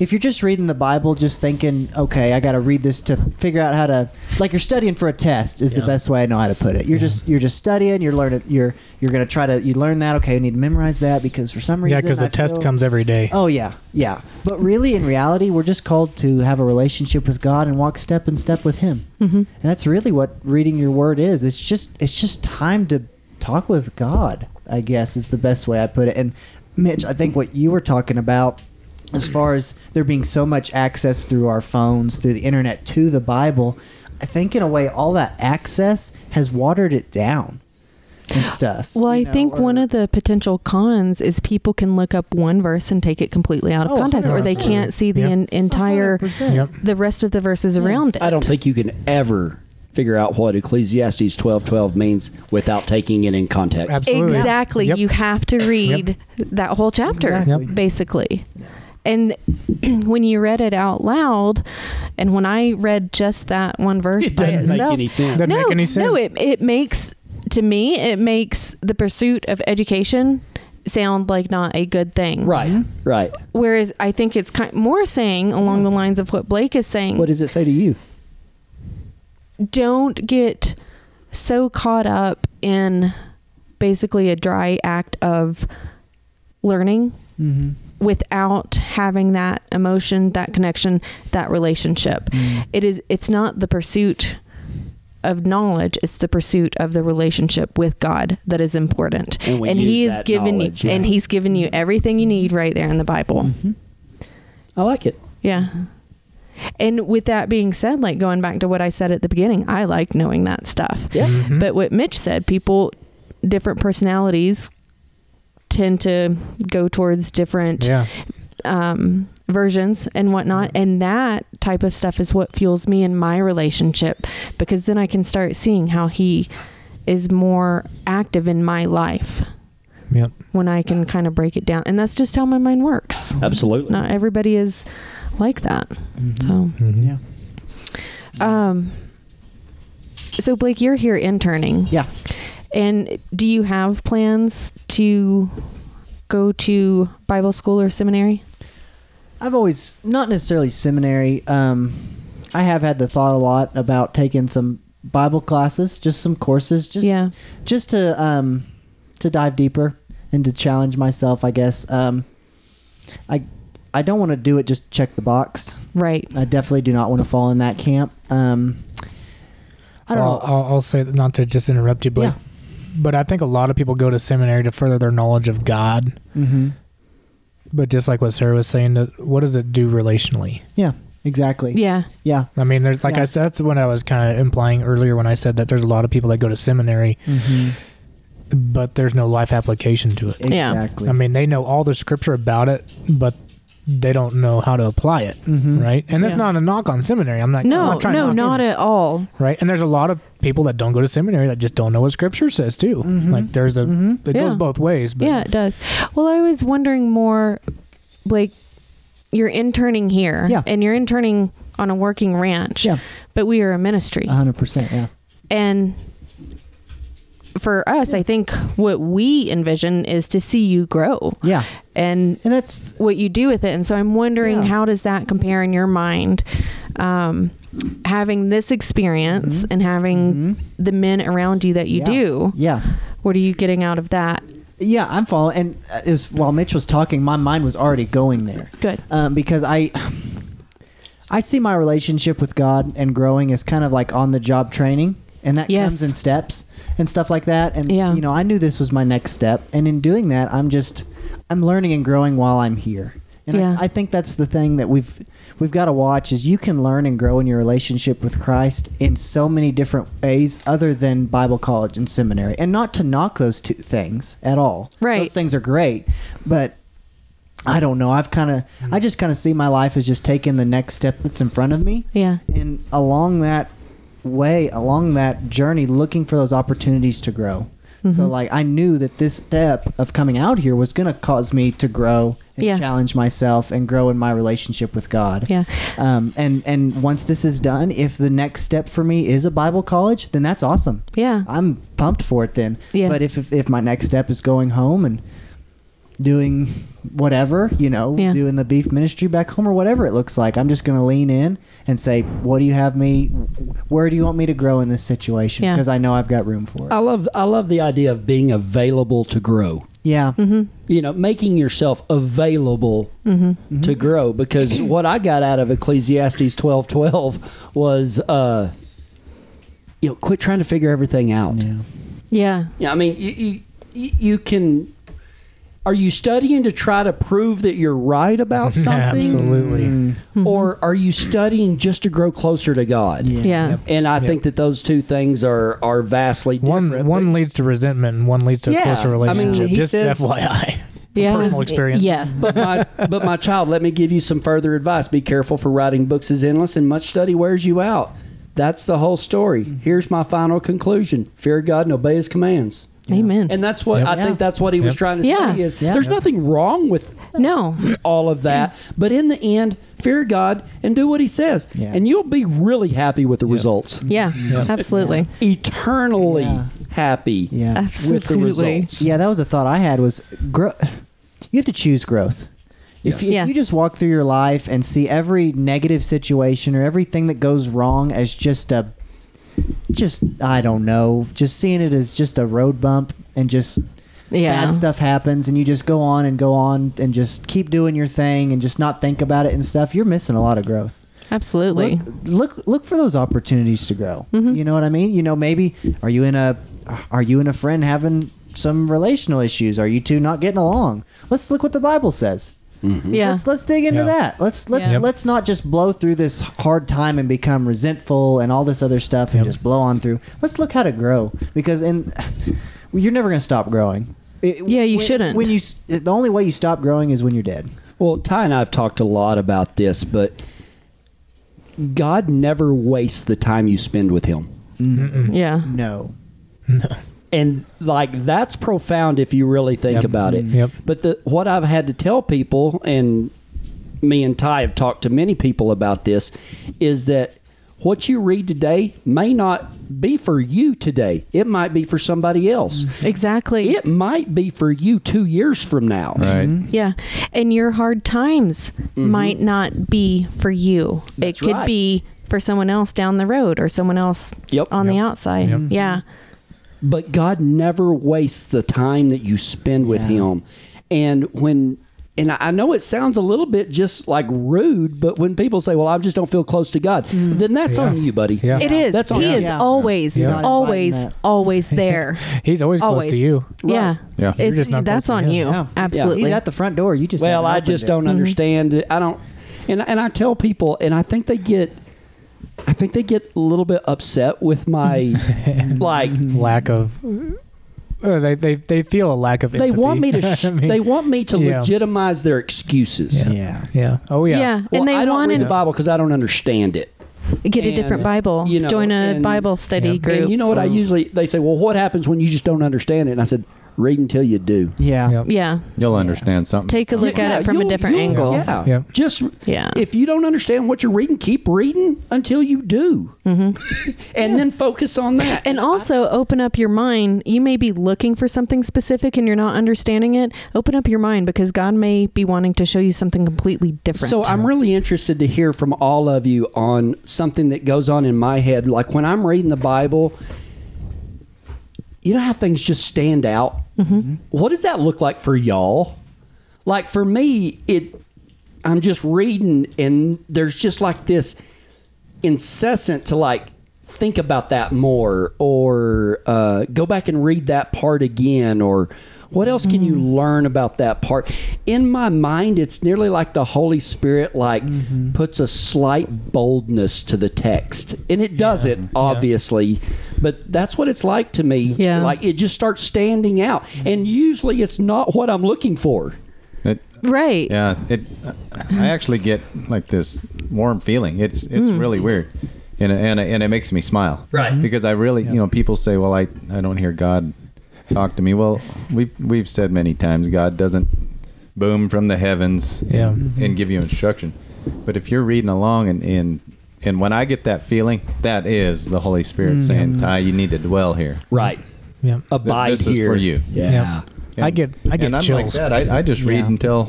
Speaker 3: if you're just reading the Bible, just thinking, okay, I got to read this to figure out how to like you're studying for a test is the
Speaker 5: Yeah.
Speaker 3: best way I know how to put it. You're just you're just studying. You're learning. You're you're gonna try to you learn that. Okay, I need to memorize that because for some reason
Speaker 5: Yeah, because
Speaker 3: I
Speaker 5: the test
Speaker 3: feel-
Speaker 5: comes every day.
Speaker 3: Oh yeah, yeah. But really, in reality, we're just called to have a relationship with God and walk step in step with Him, mm-hmm. and that's really what reading your Word is. It's just it's just time to talk with God. I guess is the best way I put it. And Mitch, I think what you were talking about, as far as there being so much access through our phones, through the internet to the Bible, I think in a way all that access has watered it down and stuff.
Speaker 1: Well, I
Speaker 3: you know,
Speaker 1: think
Speaker 3: or-
Speaker 1: one of the potential cons is people can look up one verse and take it completely out of
Speaker 3: Oh,
Speaker 1: context, or they
Speaker 5: 100%.
Speaker 1: can't see the
Speaker 5: Yeah.
Speaker 1: en- entire,
Speaker 3: 100%.
Speaker 5: Yep.
Speaker 1: the rest of the verses around it.
Speaker 6: I don't think you can ever figure out what Ecclesiastes twelve twelve means without taking it in context.
Speaker 5: Absolutely.
Speaker 1: Exactly.
Speaker 5: Yep.
Speaker 1: You have to read that whole chapter,
Speaker 5: Exactly. Yep.
Speaker 1: basically. And <clears throat> when you read it out loud, and when I read just that one verse
Speaker 6: It
Speaker 1: by
Speaker 6: doesn't make
Speaker 1: itself,
Speaker 6: any sense.
Speaker 5: Doesn't
Speaker 1: no,
Speaker 5: make any
Speaker 1: no,
Speaker 5: sense.
Speaker 1: it it makes to me it makes the pursuit of education sound like not a good thing.
Speaker 6: Right,
Speaker 1: Mm-hmm.
Speaker 6: right.
Speaker 1: Whereas I think it's kind more saying along the lines of what Blake is saying.
Speaker 6: What does it say to you?
Speaker 1: don't get so caught up in basically a dry act of learning without having that emotion, that connection, that relationship. It is it's not the pursuit of knowledge, it's the pursuit of the relationship with God that is important.
Speaker 6: And we use
Speaker 1: he
Speaker 6: that
Speaker 1: has given you,
Speaker 6: knowledge, yeah.
Speaker 1: and he's given you everything you need right there in the Bible.
Speaker 6: I like it.
Speaker 1: Yeah. And with that being said, like going back to what I said at the beginning, I like knowing that stuff.
Speaker 6: Yeah.
Speaker 1: But what Mitch said, people, different personalities tend to go towards different
Speaker 5: Yeah.
Speaker 1: um, versions and whatnot. And that type of stuff is what fuels me in my relationship because then I can start seeing how he is more active in my life
Speaker 5: Yep.
Speaker 1: when I can kind of break it down. And that's just how my mind works.
Speaker 6: Absolutely.
Speaker 1: Not everybody is like that. So.
Speaker 5: Mhm.
Speaker 3: Yeah.
Speaker 1: Um, so Blake, you're here interning.
Speaker 3: Yeah.
Speaker 1: And do you have plans to go to Bible school or seminary?
Speaker 3: I've always not necessarily seminary. Um, I have had the thought a lot about taking some Bible classes, just some courses, just
Speaker 1: yeah.
Speaker 3: just to um, to dive deeper and to challenge myself. I guess um, I I don't want to do it just to check the box.
Speaker 1: Right.
Speaker 3: I definitely do not want to fall in that camp. Um, I don't
Speaker 5: I'll,
Speaker 3: know.
Speaker 5: I'll, I'll say that not to just interrupt you, Blake,
Speaker 3: Yeah.
Speaker 5: but I think a lot of people go to seminary to further their knowledge of God.
Speaker 3: Mm-hmm.
Speaker 5: But just like what Sarah was saying, that- what does it do relationally?
Speaker 3: Yeah, exactly.
Speaker 1: Yeah.
Speaker 3: yeah.
Speaker 5: I mean, there's like
Speaker 3: Yeah.
Speaker 5: I said, that's what I was kind of implying earlier when I said that there's a lot of people that go to seminary,
Speaker 3: Mm-hmm.
Speaker 5: but there's no life application to it.
Speaker 1: Yeah.
Speaker 3: Exactly.
Speaker 5: I mean, they know all the scripture about it, but they don't know how to apply it,
Speaker 3: Mhm.
Speaker 5: right? And that's
Speaker 3: Yeah.
Speaker 5: not a knock on seminary. I'm not. I'm
Speaker 1: No,
Speaker 5: not trying
Speaker 1: no,
Speaker 5: to knock
Speaker 1: not
Speaker 5: either,
Speaker 1: at all.
Speaker 5: right. And there's a lot of people that don't go to seminary that just don't know what scripture says too. Like there's a it
Speaker 1: Yeah.
Speaker 5: goes both ways. But
Speaker 1: Yeah, it does. Well, I was wondering more, Blake, you're interning here
Speaker 3: Yeah.
Speaker 1: and you're interning on a working ranch,
Speaker 3: Yeah. Uh-huh.
Speaker 1: but we are a ministry.
Speaker 3: hundred percent. Yeah.
Speaker 1: And for us, I think what we envision is to see you grow.
Speaker 3: Yeah.
Speaker 1: And
Speaker 3: And that's
Speaker 1: what you do with it. And so I'm wondering
Speaker 3: Yeah.
Speaker 1: how does that compare in your mind? Um, having this experience and having the men around you that you
Speaker 3: yeah.
Speaker 1: do,
Speaker 3: Yeah.
Speaker 1: what are you getting out of that?
Speaker 3: Yeah, I'm following. And uh, it was, while Mitch was talking, my mind was already going there.
Speaker 1: Good.
Speaker 3: Um, because I, I see my relationship with God and growing as kind of like on the job training. and that
Speaker 1: Yes.
Speaker 3: comes in steps and stuff like that. And
Speaker 1: Yeah.
Speaker 3: you know, I knew this was my next step, and in doing that, I'm just I'm learning and growing while I'm here. And
Speaker 1: Yeah.
Speaker 3: I, I think that's the thing that we've we've got to watch is you can learn and grow in your relationship with Christ in so many different ways other than Bible college and seminary. And not to knock those two things at all.
Speaker 1: Right.
Speaker 3: Those things are great, but I don't know. I've kind of I just kind of see my life as just taking the next step that's in front of me
Speaker 1: Yeah.
Speaker 3: and along that way along that journey looking for those opportunities to grow
Speaker 1: Mm-hmm.
Speaker 3: so like i knew that this step of coming out here was going to cause me to grow and
Speaker 1: Yeah.
Speaker 3: challenge myself and grow in my relationship with god
Speaker 1: Yeah.
Speaker 3: um, and and once this is done if the next step for me is a bible college then that's awesome
Speaker 1: Yeah.
Speaker 3: i'm pumped for it then
Speaker 1: Yeah.
Speaker 3: but if, if if my next step is going home and doing whatever, you know,
Speaker 1: Yeah.
Speaker 3: doing the beef ministry back home or whatever it looks like. I'm just going to lean in and say, what do you have me? Where do you want me to grow in this situation?
Speaker 1: Yeah. Oh.
Speaker 3: Because I know I've got room for it.
Speaker 6: I love I love the idea of being available to grow.
Speaker 3: yeah.
Speaker 1: Mm-hmm.
Speaker 6: You know, making yourself available to grow because what I got out of Ecclesiastes 12:12 was uh you know, quit trying to figure everything out.
Speaker 3: Yeah.
Speaker 1: Yeah.
Speaker 6: Yeah, I mean, you, you you you can. Are you studying to try to prove that you're right about something, Mm.
Speaker 5: Absolutely.
Speaker 6: or are you studying just to grow closer to God?
Speaker 1: Yeah.
Speaker 5: Yep.
Speaker 6: And I think that those two things are are vastly different.
Speaker 5: One one leads to resentment and one leads to
Speaker 6: Yeah,
Speaker 5: a closer
Speaker 6: I mean,
Speaker 5: relationship.
Speaker 6: he
Speaker 5: Just
Speaker 6: says-
Speaker 5: FYI.
Speaker 1: Yeah.
Speaker 5: Personal experience.
Speaker 1: Yeah.
Speaker 6: but my but my child, let me give you some further advice. Be careful for writing books is endless and much study wears you out. That's the whole story.
Speaker 3: Mm-hmm.
Speaker 6: Here's my final conclusion. Fear God and obey his commands.
Speaker 1: Amen.
Speaker 6: And that's what
Speaker 5: Yep.
Speaker 6: I think that's what he was
Speaker 5: Yep.
Speaker 6: trying to
Speaker 1: Yeah.
Speaker 6: say is
Speaker 3: Yeah.
Speaker 6: there's nothing wrong with
Speaker 1: no.
Speaker 6: all of that. But in the end, fear God and do what He says,
Speaker 3: Yeah.
Speaker 6: and you'll be really happy with the results.
Speaker 1: Yeah. Absolutely.
Speaker 6: Eternally
Speaker 3: Yeah.
Speaker 6: happy with
Speaker 3: Yeah.
Speaker 6: the
Speaker 1: Absolutely.
Speaker 6: results.
Speaker 3: Yeah, that was a thought I had was grow. You have to choose growth. If,
Speaker 6: Yes.
Speaker 3: you- if
Speaker 1: Yeah.
Speaker 3: you just walk through your life and see every negative situation or everything that goes wrong as just a, just I don't know, just seeing it as just a road bump and just
Speaker 1: Yeah.
Speaker 3: bad stuff happens and you just go on and go on and just keep doing your thing and just not think about it and stuff, you're missing a lot of growth
Speaker 1: Absolutely.
Speaker 3: look, look look for those opportunities to grow.
Speaker 1: Mm-hmm.
Speaker 3: You know what I mean? You know, maybe are you in a are you and a friend having some relational issues? Are you two not getting along? Let's look what the Bible says.
Speaker 1: yeah.
Speaker 3: Let's let's dig into
Speaker 5: Yeah.
Speaker 3: that. Let's let's
Speaker 1: Yeah. Yep.
Speaker 3: let's not just blow through this hard time and become resentful and all this other stuff and
Speaker 5: Yep.
Speaker 3: just blow on through. Let's look how to grow because in well, you're never going to stop growing. It-
Speaker 1: Yeah, you
Speaker 3: when-
Speaker 1: shouldn't.
Speaker 3: When you s- the only way you stop growing is when you're dead.
Speaker 6: Well, Ty and I have talked a lot about this, but God never wastes the time you spend with Him.
Speaker 1: yeah.
Speaker 3: No.
Speaker 6: and like that's profound if you really think
Speaker 5: Yep.
Speaker 6: about it.
Speaker 5: Yep.
Speaker 6: But the what I've had to tell people, and me and Ty have talked to many people about this, is that what you read today may not be for you today. It might be for somebody else.
Speaker 5: Mm-hmm.
Speaker 1: Exactly.
Speaker 6: It might be for you two years from now.
Speaker 4: Right.
Speaker 1: Yeah. And your hard times might not be for you.
Speaker 6: That's
Speaker 1: it could
Speaker 6: right.
Speaker 1: be for someone else down the road or someone else
Speaker 6: Yep.
Speaker 1: on the
Speaker 5: Yep.
Speaker 1: outside.
Speaker 5: Yep.
Speaker 1: Yeah.
Speaker 6: but God never wastes the time that you spend with
Speaker 3: Yeah.
Speaker 6: Him. And when, and I I know it sounds a little bit just like rude, but when people say, "Well, I just don't feel close to God," then that's
Speaker 5: Yeah.
Speaker 6: on you, buddy.
Speaker 5: Yeah.
Speaker 1: It is.
Speaker 6: That's on
Speaker 1: he
Speaker 6: you.
Speaker 1: is
Speaker 3: Yeah.
Speaker 1: always,
Speaker 5: Yeah.
Speaker 3: Not
Speaker 1: always,
Speaker 3: inviting that.
Speaker 1: always there.
Speaker 5: He's always,
Speaker 1: always
Speaker 5: close to you.
Speaker 1: Yeah.
Speaker 4: Yeah.
Speaker 1: It's-
Speaker 5: You're just not
Speaker 1: that's
Speaker 5: close to
Speaker 1: on
Speaker 5: him.
Speaker 1: you.
Speaker 3: Yeah.
Speaker 1: Absolutely.
Speaker 3: He's at the front door. You just
Speaker 6: Well,
Speaker 3: haven't
Speaker 6: I
Speaker 3: opened
Speaker 6: just
Speaker 3: it.
Speaker 6: don't understand it. I don't, and and I tell people, and I think they get, I think they get a little bit upset with my, like.
Speaker 5: Lack of. Uh, they, they they feel a lack of.
Speaker 6: They want
Speaker 5: <laughs>
Speaker 6: me to. Sh-
Speaker 5: I mean,
Speaker 6: they want me to
Speaker 5: yeah.
Speaker 6: legitimize their excuses.
Speaker 3: Yeah.
Speaker 5: Yeah. Oh yeah.
Speaker 1: Yeah.
Speaker 6: Well,
Speaker 1: and
Speaker 6: I
Speaker 1: they
Speaker 6: don't
Speaker 1: want
Speaker 6: read the
Speaker 1: to
Speaker 6: Bible because I don't understand it.
Speaker 1: get a
Speaker 6: and,
Speaker 1: different Bible,
Speaker 6: you know,
Speaker 1: join a
Speaker 6: and-
Speaker 1: Bible study
Speaker 5: Yeah.
Speaker 1: group. Mm.
Speaker 6: And you know what I usually they say, well, what happens when you just don't understand it? And I said, read until you do.
Speaker 3: Yeah.
Speaker 5: Yep.
Speaker 1: yeah.
Speaker 4: You'll understand something.
Speaker 1: Take a look
Speaker 6: Yeah,
Speaker 1: at it from a
Speaker 6: you'll-
Speaker 1: different
Speaker 6: you'll-
Speaker 1: angle.
Speaker 6: Yeah.
Speaker 5: Yeah.
Speaker 6: Just
Speaker 1: Yeah.
Speaker 6: if you don't understand what you're reading, keep reading until you do. <laughs> and then focus on that.
Speaker 1: Mm-hmm. And also open up your mind. You may be looking for something specific and you're not understanding it. Open up your mind because God may be wanting to show you something completely different.
Speaker 6: So I'm really interested to hear from all of you on something that goes on in my head. Like when I'm reading the Bible, you know how things just stand out. What does that look like for y'all? Like for me, it I'm just reading and there's just like this incessant to like think about that more or uh, go back and read that part again or what else can you learn about that part in my mind it's nearly like the holy spirit like puts a slight boldness to the text and it does it obviously but that's what it's like to me
Speaker 1: Yeah.
Speaker 6: like it just starts standing out and usually it's not what i'm looking for
Speaker 4: It,
Speaker 1: Right.
Speaker 4: yeah, it. I actually get like this warm feeling. It's it's really weird, and and and it makes me smile.
Speaker 6: Right.
Speaker 4: Because I really, you know, people say, "Well, I I don't hear God talk to me." Well, we have we've said many times, God doesn't boom from the heavens
Speaker 5: Yeah.
Speaker 4: and, and give you instruction. But if you're reading along and and and when I get that feeling, that is the Holy Spirit saying, "Ty, you need to dwell here."
Speaker 6: right
Speaker 5: Yeah.
Speaker 6: abide
Speaker 4: this is
Speaker 6: here
Speaker 4: for you.
Speaker 6: yeah,
Speaker 5: Yeah. I
Speaker 4: And-
Speaker 5: get I get
Speaker 4: and I'm like
Speaker 5: chills. Hmm.
Speaker 4: that. I, I just read
Speaker 3: Yeah.
Speaker 4: until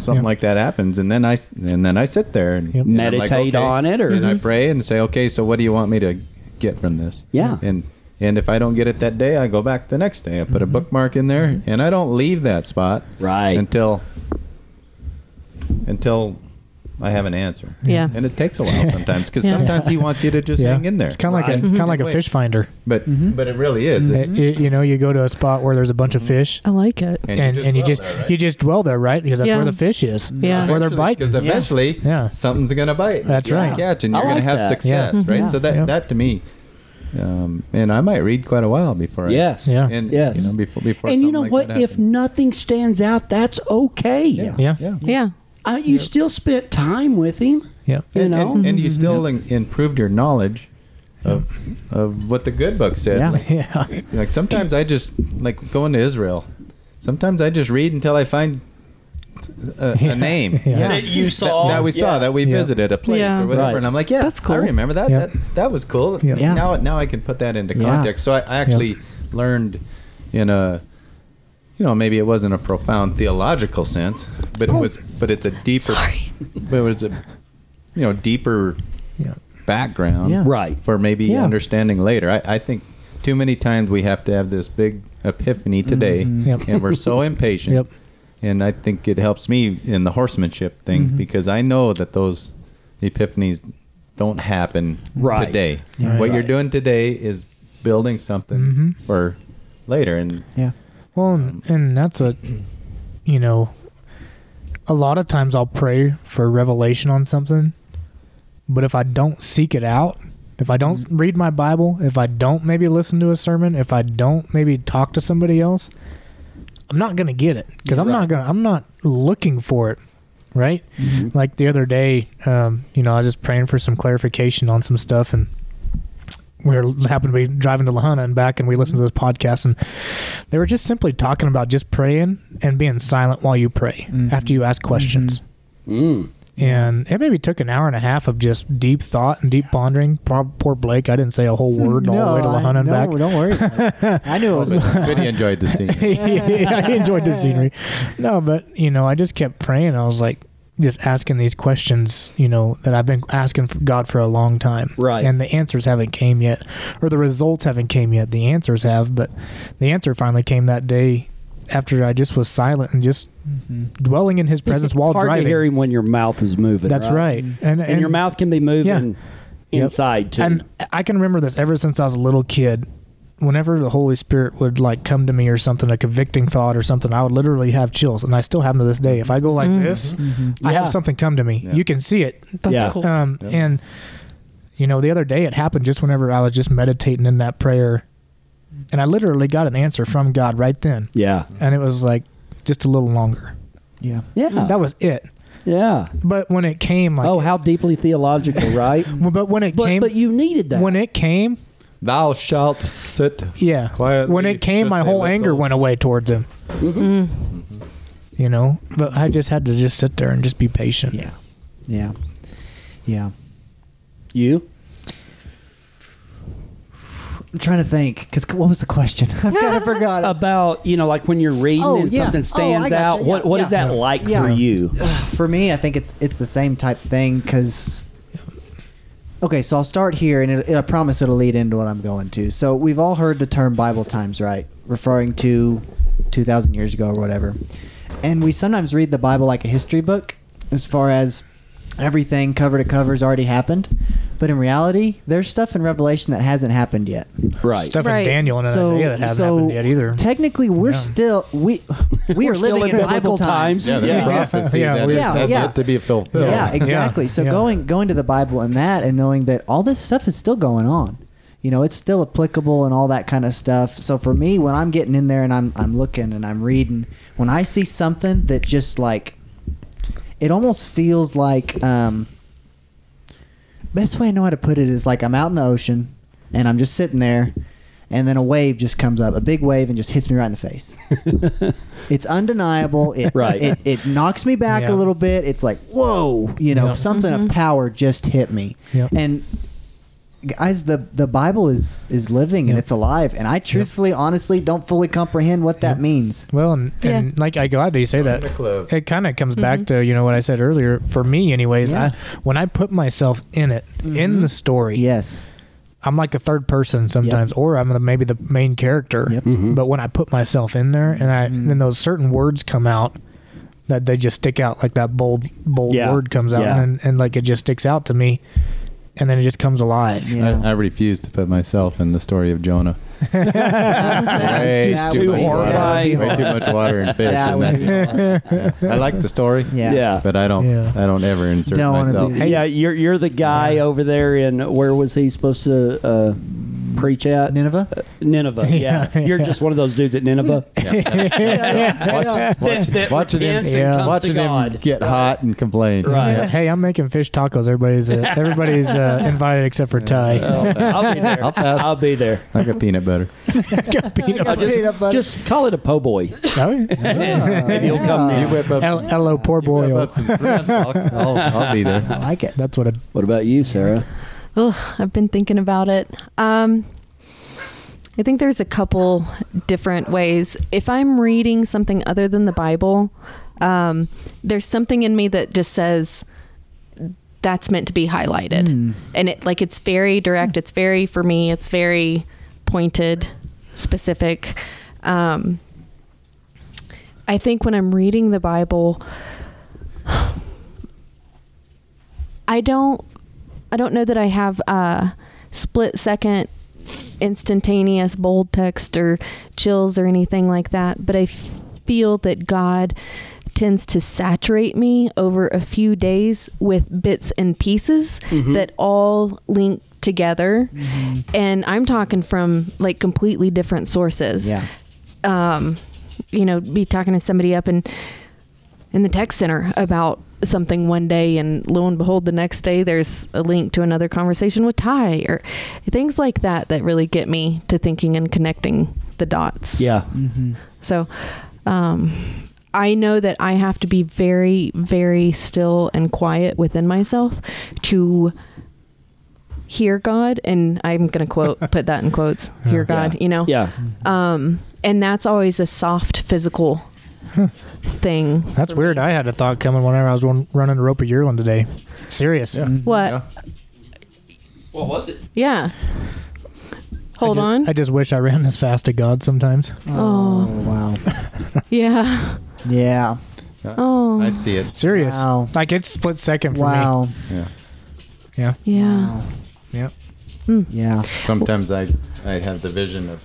Speaker 4: something
Speaker 5: Yeah.
Speaker 4: like that happens, and then I s- and then I sit there and,
Speaker 5: Yep. Mm-hmm.
Speaker 4: and I'm like,
Speaker 6: Meditate
Speaker 4: okay.
Speaker 6: on it or-
Speaker 4: and I pray and say, okay, so what do you want me to get from this?
Speaker 6: Yeah.
Speaker 4: and and if I don't get it that day, I go back the next day. I
Speaker 5: Mm-hmm.
Speaker 4: put a bookmark in there, and I don't leave that spot
Speaker 6: Right.
Speaker 4: until until. I have an answer.
Speaker 1: Yeah.
Speaker 4: and it takes a
Speaker 5: <laughs>
Speaker 4: while sometimes because
Speaker 1: Yeah.
Speaker 4: sometimes he wants you to just
Speaker 5: yeah.
Speaker 4: hang in there.
Speaker 5: It's Mm-hmm. kind of like a, it's kind of like a
Speaker 4: Wait.
Speaker 5: fish finder.
Speaker 4: but but it really is. It-
Speaker 5: Uh, you- you know, you go to a spot where there's a bunch of
Speaker 4: Mm-hmm.
Speaker 5: fish,
Speaker 1: I like it.
Speaker 5: and and
Speaker 4: dwell
Speaker 5: you just
Speaker 4: there, right?
Speaker 5: you just dwell there, right? Because that's
Speaker 1: Yeah.
Speaker 5: where the fish is.
Speaker 1: Yeah.
Speaker 5: That's where they're biting.
Speaker 4: Because eventually,
Speaker 5: Yeah.
Speaker 4: something's gonna bite.
Speaker 5: That's
Speaker 4: You're gonna
Speaker 5: right.
Speaker 4: Catch, and
Speaker 6: I
Speaker 4: you're gonna
Speaker 6: like
Speaker 4: have
Speaker 6: that.
Speaker 4: success,
Speaker 5: Yeah.
Speaker 4: right?
Speaker 3: Yeah.
Speaker 4: So that
Speaker 5: Yeah.
Speaker 4: that to me, um, and I might read quite a while before.
Speaker 6: yes
Speaker 4: I,
Speaker 5: Yeah.
Speaker 4: And
Speaker 6: Yes.
Speaker 4: you know before before.
Speaker 6: and you
Speaker 4: something
Speaker 6: know
Speaker 4: like
Speaker 6: what
Speaker 4: that
Speaker 6: if
Speaker 4: happens.
Speaker 6: nothing stands out that's okay
Speaker 5: Yeah.
Speaker 4: yeah.
Speaker 1: Yeah.
Speaker 6: I, you still spent time with him
Speaker 5: Yeah.
Speaker 6: you
Speaker 4: and,
Speaker 6: know
Speaker 4: and, and
Speaker 5: Mm-hmm.
Speaker 4: you still in, improved your knowledge of of what the good book said.
Speaker 3: Yeah.
Speaker 4: Like,
Speaker 5: Yeah. <laughs>
Speaker 4: like sometimes I just like going to Israel. Sometimes I just read until I find uh, a,
Speaker 5: <laughs> Yeah.
Speaker 4: a name
Speaker 5: Yeah.
Speaker 6: That you saw.
Speaker 4: that, we saw
Speaker 6: Yeah.
Speaker 4: that we
Speaker 5: Yeah.
Speaker 4: visited a place
Speaker 1: Yeah.
Speaker 4: or whatever,
Speaker 6: Right.
Speaker 4: and I'm like, yeah,
Speaker 1: That's cool.
Speaker 4: I remember that.
Speaker 5: Yeah.
Speaker 4: That that was cool.
Speaker 5: Yeah.
Speaker 6: Yeah.
Speaker 4: Now now I can put that into
Speaker 6: Yeah.
Speaker 4: context. So I, I actually learned in a you know maybe it wasn't a profound theological sense, but
Speaker 5: Oh.
Speaker 4: it was but it's a deeper
Speaker 1: Sorry.
Speaker 4: but it was a you know deeper
Speaker 5: Yeah.
Speaker 4: background
Speaker 3: Yeah.
Speaker 6: Right.
Speaker 4: for maybe
Speaker 3: Yeah.
Speaker 4: understanding later I, I think too many times we have to have this big epiphany today
Speaker 5: Yep.
Speaker 4: and we're so impatient
Speaker 5: Yep.
Speaker 4: and i think it helps me in the horsemanship thing because i know that those epiphanies don't happen
Speaker 6: Right.
Speaker 4: today
Speaker 3: Yeah.
Speaker 4: what you're
Speaker 6: Right.
Speaker 4: doing today is building something
Speaker 5: Mhm.
Speaker 4: for later and
Speaker 3: Yeah.
Speaker 5: Well, and, and that's what you know. A lot of times I'll pray for revelation on something, but if I don't seek it out, if I don't read my Bible, if I don't maybe listen to a sermon, if I don't maybe talk to somebody else, I'm not gonna get it because I'm not
Speaker 6: Right.
Speaker 5: gonna. I'm not looking for it, right? Like the other day, um, you know, I was just praying for some clarification on some stuff, and we were happened to be driving to Lahana and back, and we listened to this podcast, and they were just simply talking about just praying and being silent while you pray after you ask questions.
Speaker 6: Mm.
Speaker 5: And it maybe took an hour and a half of just deep thought and deep pondering. Pro- Poor Blake, I didn't say a whole word all the way to
Speaker 3: I-
Speaker 5: Lahana and
Speaker 3: no,
Speaker 5: back.
Speaker 3: Don't worry.
Speaker 5: <laughs>
Speaker 3: I knew it was.
Speaker 4: really enjoyed the scene
Speaker 5: yeah, <laughs> I enjoyed the scenery. No, but you know, I just kept praying. I was like, just asking these questions, you know, that I've been asking for God for a long time,
Speaker 6: Right.
Speaker 5: And the answers haven't came yet, or the results haven't came yet. The answers have, but the answer finally came that day after I just was silent and just dwelling in His presence
Speaker 6: Mm-hmm. <laughs> it's
Speaker 5: while
Speaker 6: hard
Speaker 5: driving.
Speaker 6: to hear him when your mouth is moving Mm-hmm.
Speaker 5: That's right, and,
Speaker 6: and, your mouth can be moving
Speaker 5: Yep.
Speaker 6: inside too
Speaker 5: And I can remember this ever since I was a little kid. Whenever the Holy Spirit would like come to me or something, a convicting thought or something, I would literally have chills, and I still have them to this day. If I go like this, I
Speaker 6: Yeah.
Speaker 5: have something come to me.
Speaker 4: Yeah.
Speaker 5: You can see it.
Speaker 1: Mm-hmm. That's
Speaker 6: Yeah.
Speaker 1: cool.
Speaker 5: Um, And you know, the other day it happened just whenever I was just meditating in that prayer, and I literally got an answer from God right then,
Speaker 6: yeah
Speaker 5: and it was like just a little longer.
Speaker 3: Yeah.
Speaker 6: yeah
Speaker 5: That was it.
Speaker 6: yeah
Speaker 5: But when it came, like,
Speaker 6: oh how deeply theological
Speaker 5: <laughs>
Speaker 6: right
Speaker 5: but when it
Speaker 6: but
Speaker 5: came,
Speaker 6: but you needed that
Speaker 5: when it came,
Speaker 4: thou shalt sit
Speaker 5: Yeah.
Speaker 4: Quietly,
Speaker 5: when it came,
Speaker 4: just
Speaker 5: my
Speaker 4: a
Speaker 5: whole anger
Speaker 4: little.
Speaker 5: went away towards him.
Speaker 3: Mm-hmm.
Speaker 5: Mm-hmm. You know, but I just had to just sit there and just be patient.
Speaker 3: Yeah. Yeah. Yeah.
Speaker 6: you
Speaker 3: I'm trying to think because what was the question? <laughs> I've kind of forgot. it.
Speaker 6: about you know like when you're reading
Speaker 3: Oh,
Speaker 6: and
Speaker 3: yeah.
Speaker 6: something
Speaker 3: Oh,
Speaker 6: stands
Speaker 3: I gotcha.
Speaker 6: out what
Speaker 3: Yeah,
Speaker 6: what is
Speaker 3: yeah.
Speaker 6: that like
Speaker 3: Yeah.
Speaker 6: for you
Speaker 3: <sighs> for me, I think it's it's the same type thing because. Okay, so I'll start here, and it, it, I promise it'll lead into what I'm going to. So we've all heard the term Bible times, right? Referring to 2,000 years ago or whatever. And we sometimes read the Bible like a history book, as far as everything cover to cover has already happened. But in reality, there's stuff in Revelation that hasn't happened yet.
Speaker 6: Right.
Speaker 5: Stuff
Speaker 1: Right.
Speaker 5: in Daniel and
Speaker 3: so,
Speaker 5: Isaiah that hasn't
Speaker 3: so
Speaker 5: happened yet either.
Speaker 3: Technically, we're
Speaker 5: Yeah.
Speaker 3: still we <laughs> we
Speaker 6: We're
Speaker 3: are
Speaker 6: still
Speaker 3: living
Speaker 6: in
Speaker 3: in biblical
Speaker 6: biblical times.
Speaker 3: times.
Speaker 4: Yeah, the
Speaker 6: Yeah.
Speaker 4: prophecy
Speaker 5: Yeah,
Speaker 4: that
Speaker 5: we-
Speaker 4: is
Speaker 3: Yeah,
Speaker 4: has
Speaker 3: yeah.
Speaker 4: yet to be fulfilled.
Speaker 5: Yeah.
Speaker 3: Yeah, exactly. So
Speaker 5: yeah.
Speaker 3: going going to the Bible and that, and knowing that all this stuff is still going on, you know, it's still applicable and all that kind of stuff. So for me, when I'm getting in there and I'm I'm looking and I'm reading, when I see something that just like, it almost feels like, um, best way I know how to put it is like I'm out in the ocean and I'm just sitting there. And then a wave just comes up, a big wave, and just hits me right in the face. it's undeniable. It,
Speaker 6: Right.
Speaker 3: it, it knocks me back
Speaker 5: Yeah.
Speaker 3: a little bit. It's like, whoa, you know,
Speaker 5: Yeah.
Speaker 3: something of power just hit me.
Speaker 5: Yep.
Speaker 3: And guys, the the Bible is is living and
Speaker 5: Yep.
Speaker 3: it's alive. And I truthfully, honestly, don't fully comprehend what that means.
Speaker 5: Well, and,
Speaker 1: Yeah.
Speaker 5: and like I glad that you say that.
Speaker 4: the club.
Speaker 5: It kind of comes back to you know what I said earlier. For me, anyways,
Speaker 3: Mm-hmm. Yeah. Mm-hmm.
Speaker 5: I when I put myself in it, in the story,
Speaker 3: Yes.
Speaker 5: I'm like a third person sometimes, or I'm the, maybe the main character.
Speaker 3: Yep.
Speaker 4: Mm-hmm.
Speaker 5: But when I put myself in there, and I
Speaker 1: Mm-hmm.
Speaker 5: and then those certain words come out that they just stick out like that bold bold
Speaker 6: Yeah.
Speaker 5: word comes out,
Speaker 6: Yeah.
Speaker 5: and, and like it just sticks out to me, and then it just comes alive.
Speaker 3: Yeah.
Speaker 4: I, I refuse to put myself in the story of Jonah.
Speaker 3: <laughs>
Speaker 4: Way
Speaker 3: that
Speaker 6: too
Speaker 3: would be-
Speaker 6: horrifying.
Speaker 4: Water, way too much water and fish.
Speaker 3: That
Speaker 4: in
Speaker 3: would
Speaker 4: that.
Speaker 3: be-
Speaker 4: I like the story.
Speaker 3: Yeah.
Speaker 6: Yeah.
Speaker 4: But I don't.
Speaker 5: Yeah.
Speaker 4: I don't ever insert
Speaker 3: Don't wanna
Speaker 4: myself.
Speaker 3: be-
Speaker 6: yeah, you're you're the guy over there in where was he supposed to uh, preach at?
Speaker 3: Nineveh.
Speaker 6: Nineveh. Yeah,
Speaker 5: Yeah,
Speaker 6: you're
Speaker 5: yeah.
Speaker 6: just one of those dudes at Nineveh.
Speaker 4: <laughs>
Speaker 5: <laughs>
Speaker 4: <laughs> Watch, watch,
Speaker 6: That- that
Speaker 4: watching him,
Speaker 6: repents
Speaker 5: and comes to
Speaker 4: watching him
Speaker 6: God.
Speaker 4: get hot and complain.
Speaker 6: Right.
Speaker 5: Yeah. Hey, I'm making fish tacos.
Speaker 4: <laughs>
Speaker 5: Everybody's uh, everybody's uh, invited except for Ty.
Speaker 6: Oh, I'll be there.
Speaker 4: I'll
Speaker 6: I'll,
Speaker 4: pass.
Speaker 6: be there.
Speaker 4: I got peanut butter.
Speaker 5: Peanut
Speaker 6: I'll
Speaker 5: butter.
Speaker 3: Peanut
Speaker 6: just,
Speaker 3: butter.
Speaker 6: just call it a po' boy.
Speaker 4: <laughs>
Speaker 5: Oh,
Speaker 6: Maybe he'll
Speaker 3: Uh,
Speaker 6: come
Speaker 4: You
Speaker 6: now.
Speaker 4: whip up,
Speaker 5: Hello,
Speaker 4: some,
Speaker 5: hello, poor
Speaker 4: you whip
Speaker 5: boy.
Speaker 4: up some shrimp, I'll, I'll, I'll be
Speaker 3: I
Speaker 4: there.
Speaker 3: like it.
Speaker 5: That's what a
Speaker 6: What about you, Sarah?
Speaker 1: Ugh, I've been thinking about it. Um, I think there's a couple different ways. If I'm reading something other than the Bible, um, there's something in me that just says that's meant to be highlighted, and it like it's very direct. It's very for me. It's very pointed, specific. Um, I think when I'm reading the Bible, I don't I don't know that I have uh, split second instantaneous bold text or chills or anything like that, but I f- feel that God tends to saturate me over a few days with bits and pieces that all link together. And I'm talking from like completely different sources
Speaker 3: Yeah.
Speaker 1: um, you know, be talking to somebody up in in the tech center about something one day, and lo and behold, the next day there's a link to another conversation with Ty or things like that that really get me to thinking and connecting the dots. So, um, I know that I have to be very, very still and quiet within myself to hear God, and I'm going to
Speaker 6: <laughs>
Speaker 1: quote put that in quotes. Hear God, you know
Speaker 6: Yeah.
Speaker 1: um, and that's always a soft physical thing.
Speaker 5: That's
Speaker 1: for me.
Speaker 5: weird. I had a thought coming whenever I was run, running the rope at Yearland today. Serious.
Speaker 1: What?
Speaker 4: Yeah.
Speaker 1: Yeah.
Speaker 6: What was it?
Speaker 1: Hold
Speaker 5: I ju-
Speaker 1: on.
Speaker 5: I just wish I ran this fast to God sometimes.
Speaker 3: Oh
Speaker 1: oh,
Speaker 3: wow.
Speaker 1: yeah.
Speaker 3: Yeah.
Speaker 1: Oh,
Speaker 4: I see it.
Speaker 5: Serious.
Speaker 3: Wow.
Speaker 5: Like it's split second for me.
Speaker 3: Wow.
Speaker 4: Yeah.
Speaker 5: Yeah.
Speaker 1: yeah.
Speaker 3: Wow.
Speaker 5: Yeah.
Speaker 3: Yeah.
Speaker 4: Sometimes I, I have the vision of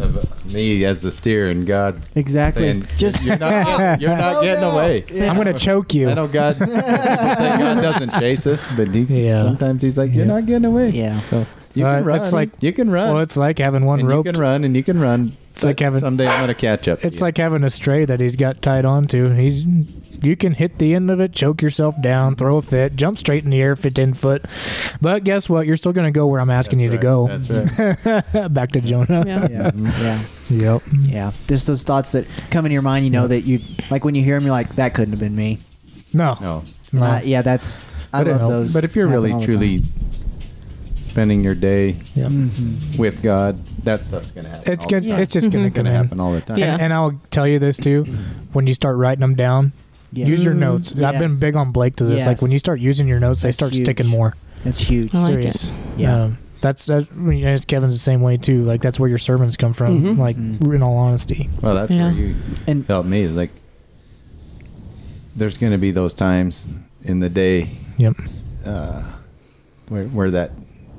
Speaker 4: of me as the steer and God
Speaker 3: Exactly.
Speaker 4: saying,
Speaker 3: Just
Speaker 4: you're not, getting- you're not
Speaker 3: Slow
Speaker 4: getting
Speaker 3: down."
Speaker 4: away.
Speaker 5: I'm gonna choke you.
Speaker 4: I know God. people say God doesn't chase us, but he's,
Speaker 5: Yeah.
Speaker 4: sometimes he's like, "You're
Speaker 5: Yeah.
Speaker 4: not getting away."
Speaker 3: Yeah.
Speaker 4: So you
Speaker 5: Uh,
Speaker 4: can run.
Speaker 5: that's like-
Speaker 4: you can run.
Speaker 5: Well, it's like having one
Speaker 4: and you
Speaker 5: rope.
Speaker 4: can run and you can run.
Speaker 5: It's like
Speaker 4: But
Speaker 5: having-
Speaker 4: someday I'm gonna catch up. to
Speaker 5: <laughs> It's
Speaker 4: you.
Speaker 5: like having a stray that he's got tied onto. He's you can hit the end of it, choke yourself down, throw a fit, jump straight in the air for ten foot. But guess what? You're still gonna go where I'm asking
Speaker 4: That's
Speaker 5: you
Speaker 4: right.
Speaker 5: to go.
Speaker 4: That's right.
Speaker 5: <laughs> Back to Jonah.
Speaker 1: Yeah.
Speaker 3: Yeah. Yeah.
Speaker 5: Yep.
Speaker 3: Yeah, just those thoughts that come into your mind. You know that you like when you hear them, you're like, that couldn't have been me.
Speaker 5: No.
Speaker 4: No.
Speaker 5: No.
Speaker 3: Uh, yeah, that's I
Speaker 5: But it-
Speaker 3: love those.
Speaker 4: But if you're
Speaker 3: happen
Speaker 4: really
Speaker 3: all the
Speaker 4: truly spending your day
Speaker 5: Yep.
Speaker 3: time. Mhm.
Speaker 4: with God, that stuff's gonna happen.
Speaker 5: It's
Speaker 4: all the
Speaker 5: gonna.
Speaker 4: time.
Speaker 5: It's just gonna,
Speaker 4: It's gonna happen all the time.
Speaker 1: Mm-hmm. Yeah.
Speaker 5: And, and I'll tell you this too: when you start writing them down,
Speaker 3: Yeah.
Speaker 5: use your notes. I've been
Speaker 3: Mm-hmm. Yes.
Speaker 5: big on Blake to this. Like
Speaker 3: Yes.
Speaker 5: when you start using your notes, they
Speaker 3: That's
Speaker 5: start
Speaker 3: huge.
Speaker 5: sticking more.
Speaker 3: It's huge.
Speaker 1: I like it.
Speaker 5: Serious.
Speaker 3: Yeah.
Speaker 5: Um, that's that's I mean, as Kevin's the same way too. Like that's where your sermons come from.
Speaker 6: Mhm.
Speaker 5: Like
Speaker 3: Mm.
Speaker 5: in all honesty.
Speaker 4: Well, that's
Speaker 1: Yeah.
Speaker 4: where you
Speaker 3: And-
Speaker 4: helped me. Is like there's going to be those times in the day
Speaker 5: Yep.
Speaker 4: uh, where, where that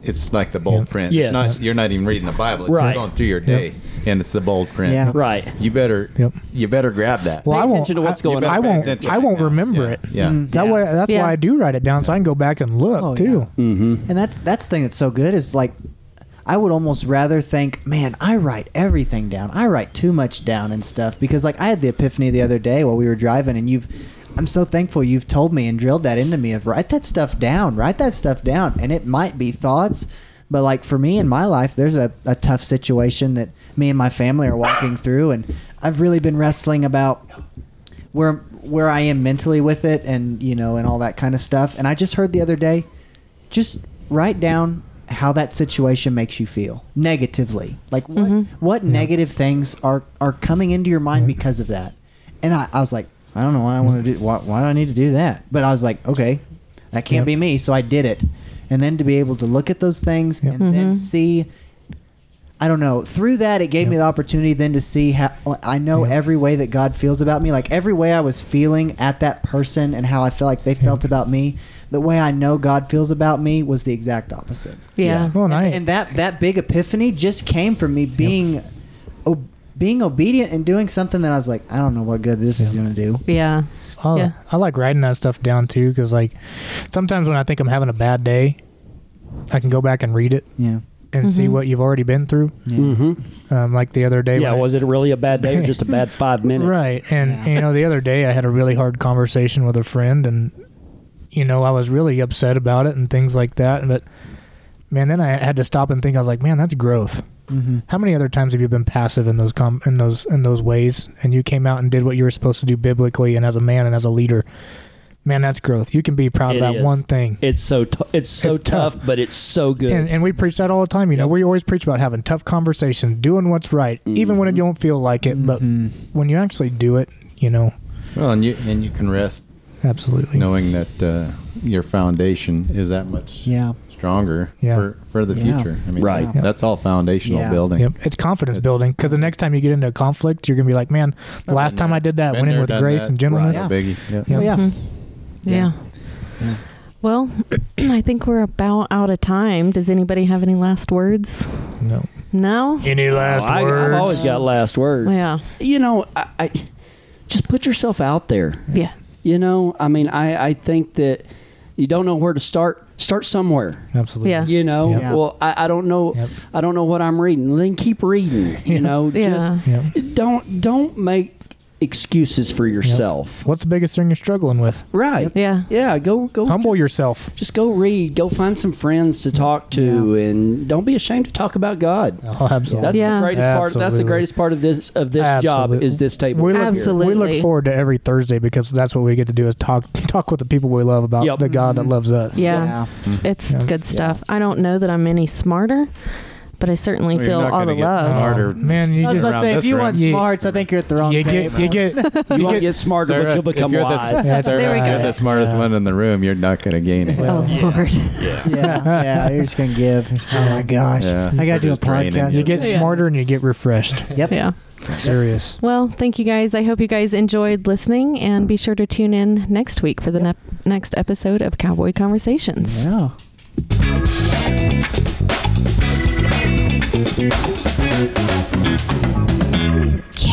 Speaker 4: it's like the bold
Speaker 5: Yeah.
Speaker 4: print.
Speaker 6: Yes.
Speaker 4: It's not, you're not even reading the Bible. It's
Speaker 6: Right.
Speaker 4: You're going through your day, and it's the bold print.
Speaker 3: Yeah.
Speaker 6: Right.
Speaker 4: You better.
Speaker 5: Yep.
Speaker 4: You better grab that.
Speaker 5: Well, I won't,
Speaker 6: attention to what's
Speaker 5: I-
Speaker 6: going
Speaker 5: I
Speaker 4: on.
Speaker 5: won't.
Speaker 4: Pay attention
Speaker 5: I won't
Speaker 4: now.
Speaker 5: remember
Speaker 4: Yeah.
Speaker 5: it. Mm-hmm.
Speaker 4: Yeah. Mm.
Speaker 5: That way, that's
Speaker 1: Yeah.
Speaker 5: why I do write it down, so I can go back and look
Speaker 3: Oh,
Speaker 5: too.
Speaker 3: And that's that's the thing that's so good is like I would almost rather think, man, I write everything down. I write too much down and stuff because like I had the epiphany the other day while we were driving and you've I'm so thankful you've told me and drilled that into me of write that stuff down, write that stuff down. And it might be thoughts, but like for me in my life, there's a, a tough situation that me and my family are walking through and I've really been wrestling about where where I am mentally with it and you know and all that kind of stuff. And I just heard the other day, just write down how that situation makes you feel negatively. Like what what negative things are are coming into your mind because of that. And I, I was like, I don't know why I want to do why, why do I need to do that? But I was like, okay, that can't
Speaker 5: Yep.
Speaker 3: be me, so I did it. And then to be able to look at those things
Speaker 5: Yep.
Speaker 3: and then see I don't know. Through that, it gave me the opportunity then to see how I know
Speaker 5: Yeah.
Speaker 3: every way that God feels about me, like every way I was feeling at that person and how I felt like they felt about me. The way I know God feels about me was the exact opposite.
Speaker 1: Yeah.
Speaker 5: Well, and I-
Speaker 3: and, and that that big epiphany just came from me being, o- being obedient and doing something that I was like, I don't know what good this is going to do.
Speaker 1: Yeah.
Speaker 5: I,
Speaker 1: Yeah.
Speaker 5: I like writing that stuff down too because like sometimes when I think I'm having a bad day, I can go back and read it
Speaker 3: Yeah.
Speaker 5: and see what you've already been through. Um, like the other day,
Speaker 6: Mm-hmm. Yeah,
Speaker 5: when I-
Speaker 6: was it really a bad day or just a bad five minutes?
Speaker 5: Right. And, and, you know, the other day I had a really hard conversation with a friend and you know, I was really upset about it and things like that. But man, then I had to stop and think, I was like, man, that's growth.
Speaker 6: Mm-hmm.
Speaker 5: How many other times have you been passive in those com- in those in those ways and you came out and did what you were supposed to do biblically and as a man and as a leader? Man, that's growth. You can be proud
Speaker 6: It
Speaker 5: of that
Speaker 6: is.
Speaker 5: one thing.
Speaker 6: It's so t- it's so
Speaker 5: It's
Speaker 6: tough,
Speaker 5: tough.
Speaker 6: but it's so good.
Speaker 5: And, and we preach that all the time. You know,
Speaker 6: Yep.
Speaker 5: we always preach about having tough conversations, doing what's right, even
Speaker 6: Mm-hmm.
Speaker 5: when it don't feel like it. But when you actually do it, you know,
Speaker 4: Well, and you and you can rest
Speaker 5: absolutely.
Speaker 4: knowing that uh, your foundation is that much
Speaker 3: Yeah.
Speaker 4: stronger
Speaker 5: Yeah.
Speaker 4: for for the
Speaker 3: Yeah.
Speaker 4: future. I mean,
Speaker 6: Right.
Speaker 4: that- That's all foundational
Speaker 3: Yeah.
Speaker 4: building.
Speaker 5: Yep. It's confidence building because the next time you get into a conflict, you're going to be like, man, the last time I did that,
Speaker 4: Been
Speaker 5: went in
Speaker 4: there,
Speaker 5: with
Speaker 4: done
Speaker 5: grace
Speaker 4: that.
Speaker 5: and gentleness.
Speaker 4: Right.
Speaker 3: Yeah.
Speaker 4: Biggie. Yep.
Speaker 5: Yeah.
Speaker 3: Oh, yeah.
Speaker 1: Mm-hmm. Yeah. Well, <clears throat> I think we're about out of time. Does anybody have any last words?
Speaker 5: No.
Speaker 1: No?
Speaker 5: Any last
Speaker 6: I, I've always got last words.
Speaker 1: Yeah.
Speaker 6: You know, I, I just put yourself out there.
Speaker 1: Yeah.
Speaker 6: You know, I mean, I I think that you don't know where to start. Start somewhere.
Speaker 5: Absolutely.
Speaker 1: Yeah.
Speaker 6: You know,
Speaker 5: Yep.
Speaker 6: well, I, I don't know,
Speaker 5: Yep.
Speaker 6: I don't know what I'm reading. Then keep reading.
Speaker 5: <laughs>
Speaker 6: You know,
Speaker 1: Yeah.
Speaker 6: just
Speaker 5: Yep.
Speaker 6: don't don't make excuses for yourself.
Speaker 5: What's the biggest thing you're struggling with?
Speaker 6: Right?
Speaker 1: Yeah.
Speaker 6: Yeah. Go go.
Speaker 5: Humble yourself.
Speaker 6: Just go read. Go find some friends to talk to, and don't be ashamed to talk about God.
Speaker 5: Oh, absolutely.
Speaker 6: That's
Speaker 1: Yeah.
Speaker 6: the greatest part. That's the
Speaker 5: Absolutely.
Speaker 6: greatest part of this of this job
Speaker 5: Absolutely.
Speaker 6: is this table.
Speaker 5: We look,
Speaker 1: Absolutely.
Speaker 5: We look forward to every Thursday because that's what we get to do is talk <laughs> talk with the people we love about
Speaker 6: Yep.
Speaker 5: the God that loves us.
Speaker 1: Mm-hmm. Yeah. It's
Speaker 5: Yeah.
Speaker 1: good stuff. I don't know that I'm any smarter, but I certainly
Speaker 4: Well, you're
Speaker 1: feel
Speaker 4: not
Speaker 1: all
Speaker 4: gonna
Speaker 1: the
Speaker 4: get
Speaker 1: love.
Speaker 4: smart. Smarter.
Speaker 5: Oh, man, you
Speaker 3: I was
Speaker 5: just
Speaker 3: about to
Speaker 4: around
Speaker 3: say, if
Speaker 4: this
Speaker 3: you
Speaker 4: room.
Speaker 3: want
Speaker 5: You-
Speaker 3: smarts, I think you're at the wrong
Speaker 5: you
Speaker 3: table.
Speaker 5: get you
Speaker 6: <laughs>
Speaker 5: get
Speaker 6: You
Speaker 5: you
Speaker 6: won't
Speaker 5: get
Speaker 6: get smarter, but you'll become
Speaker 4: if you're
Speaker 6: wise.
Speaker 4: The,
Speaker 5: That's-
Speaker 4: Sarah,
Speaker 1: There we
Speaker 4: if
Speaker 1: go.
Speaker 4: you're the smartest one in the room. You're not going to gain it.
Speaker 1: Oh, Lord.
Speaker 5: <laughs>
Speaker 3: yeah, yeah, you're just gonna give. Oh my gosh,
Speaker 4: Yeah.
Speaker 3: I gotta do
Speaker 4: You're
Speaker 3: a
Speaker 4: just draining.
Speaker 3: podcast.
Speaker 6: <laughs>
Speaker 5: you get
Speaker 1: Yeah.
Speaker 5: smarter and you
Speaker 4: <laughs>
Speaker 5: get refreshed.
Speaker 1: <laughs>
Speaker 3: Yep.
Speaker 1: Yeah.
Speaker 5: Serious.
Speaker 1: Well, thank you guys. I hope you guys enjoyed listening and be sure to tune in next week for the nep- next episode of Cowboy Conversations.
Speaker 3: Yeah.
Speaker 1: Yeah.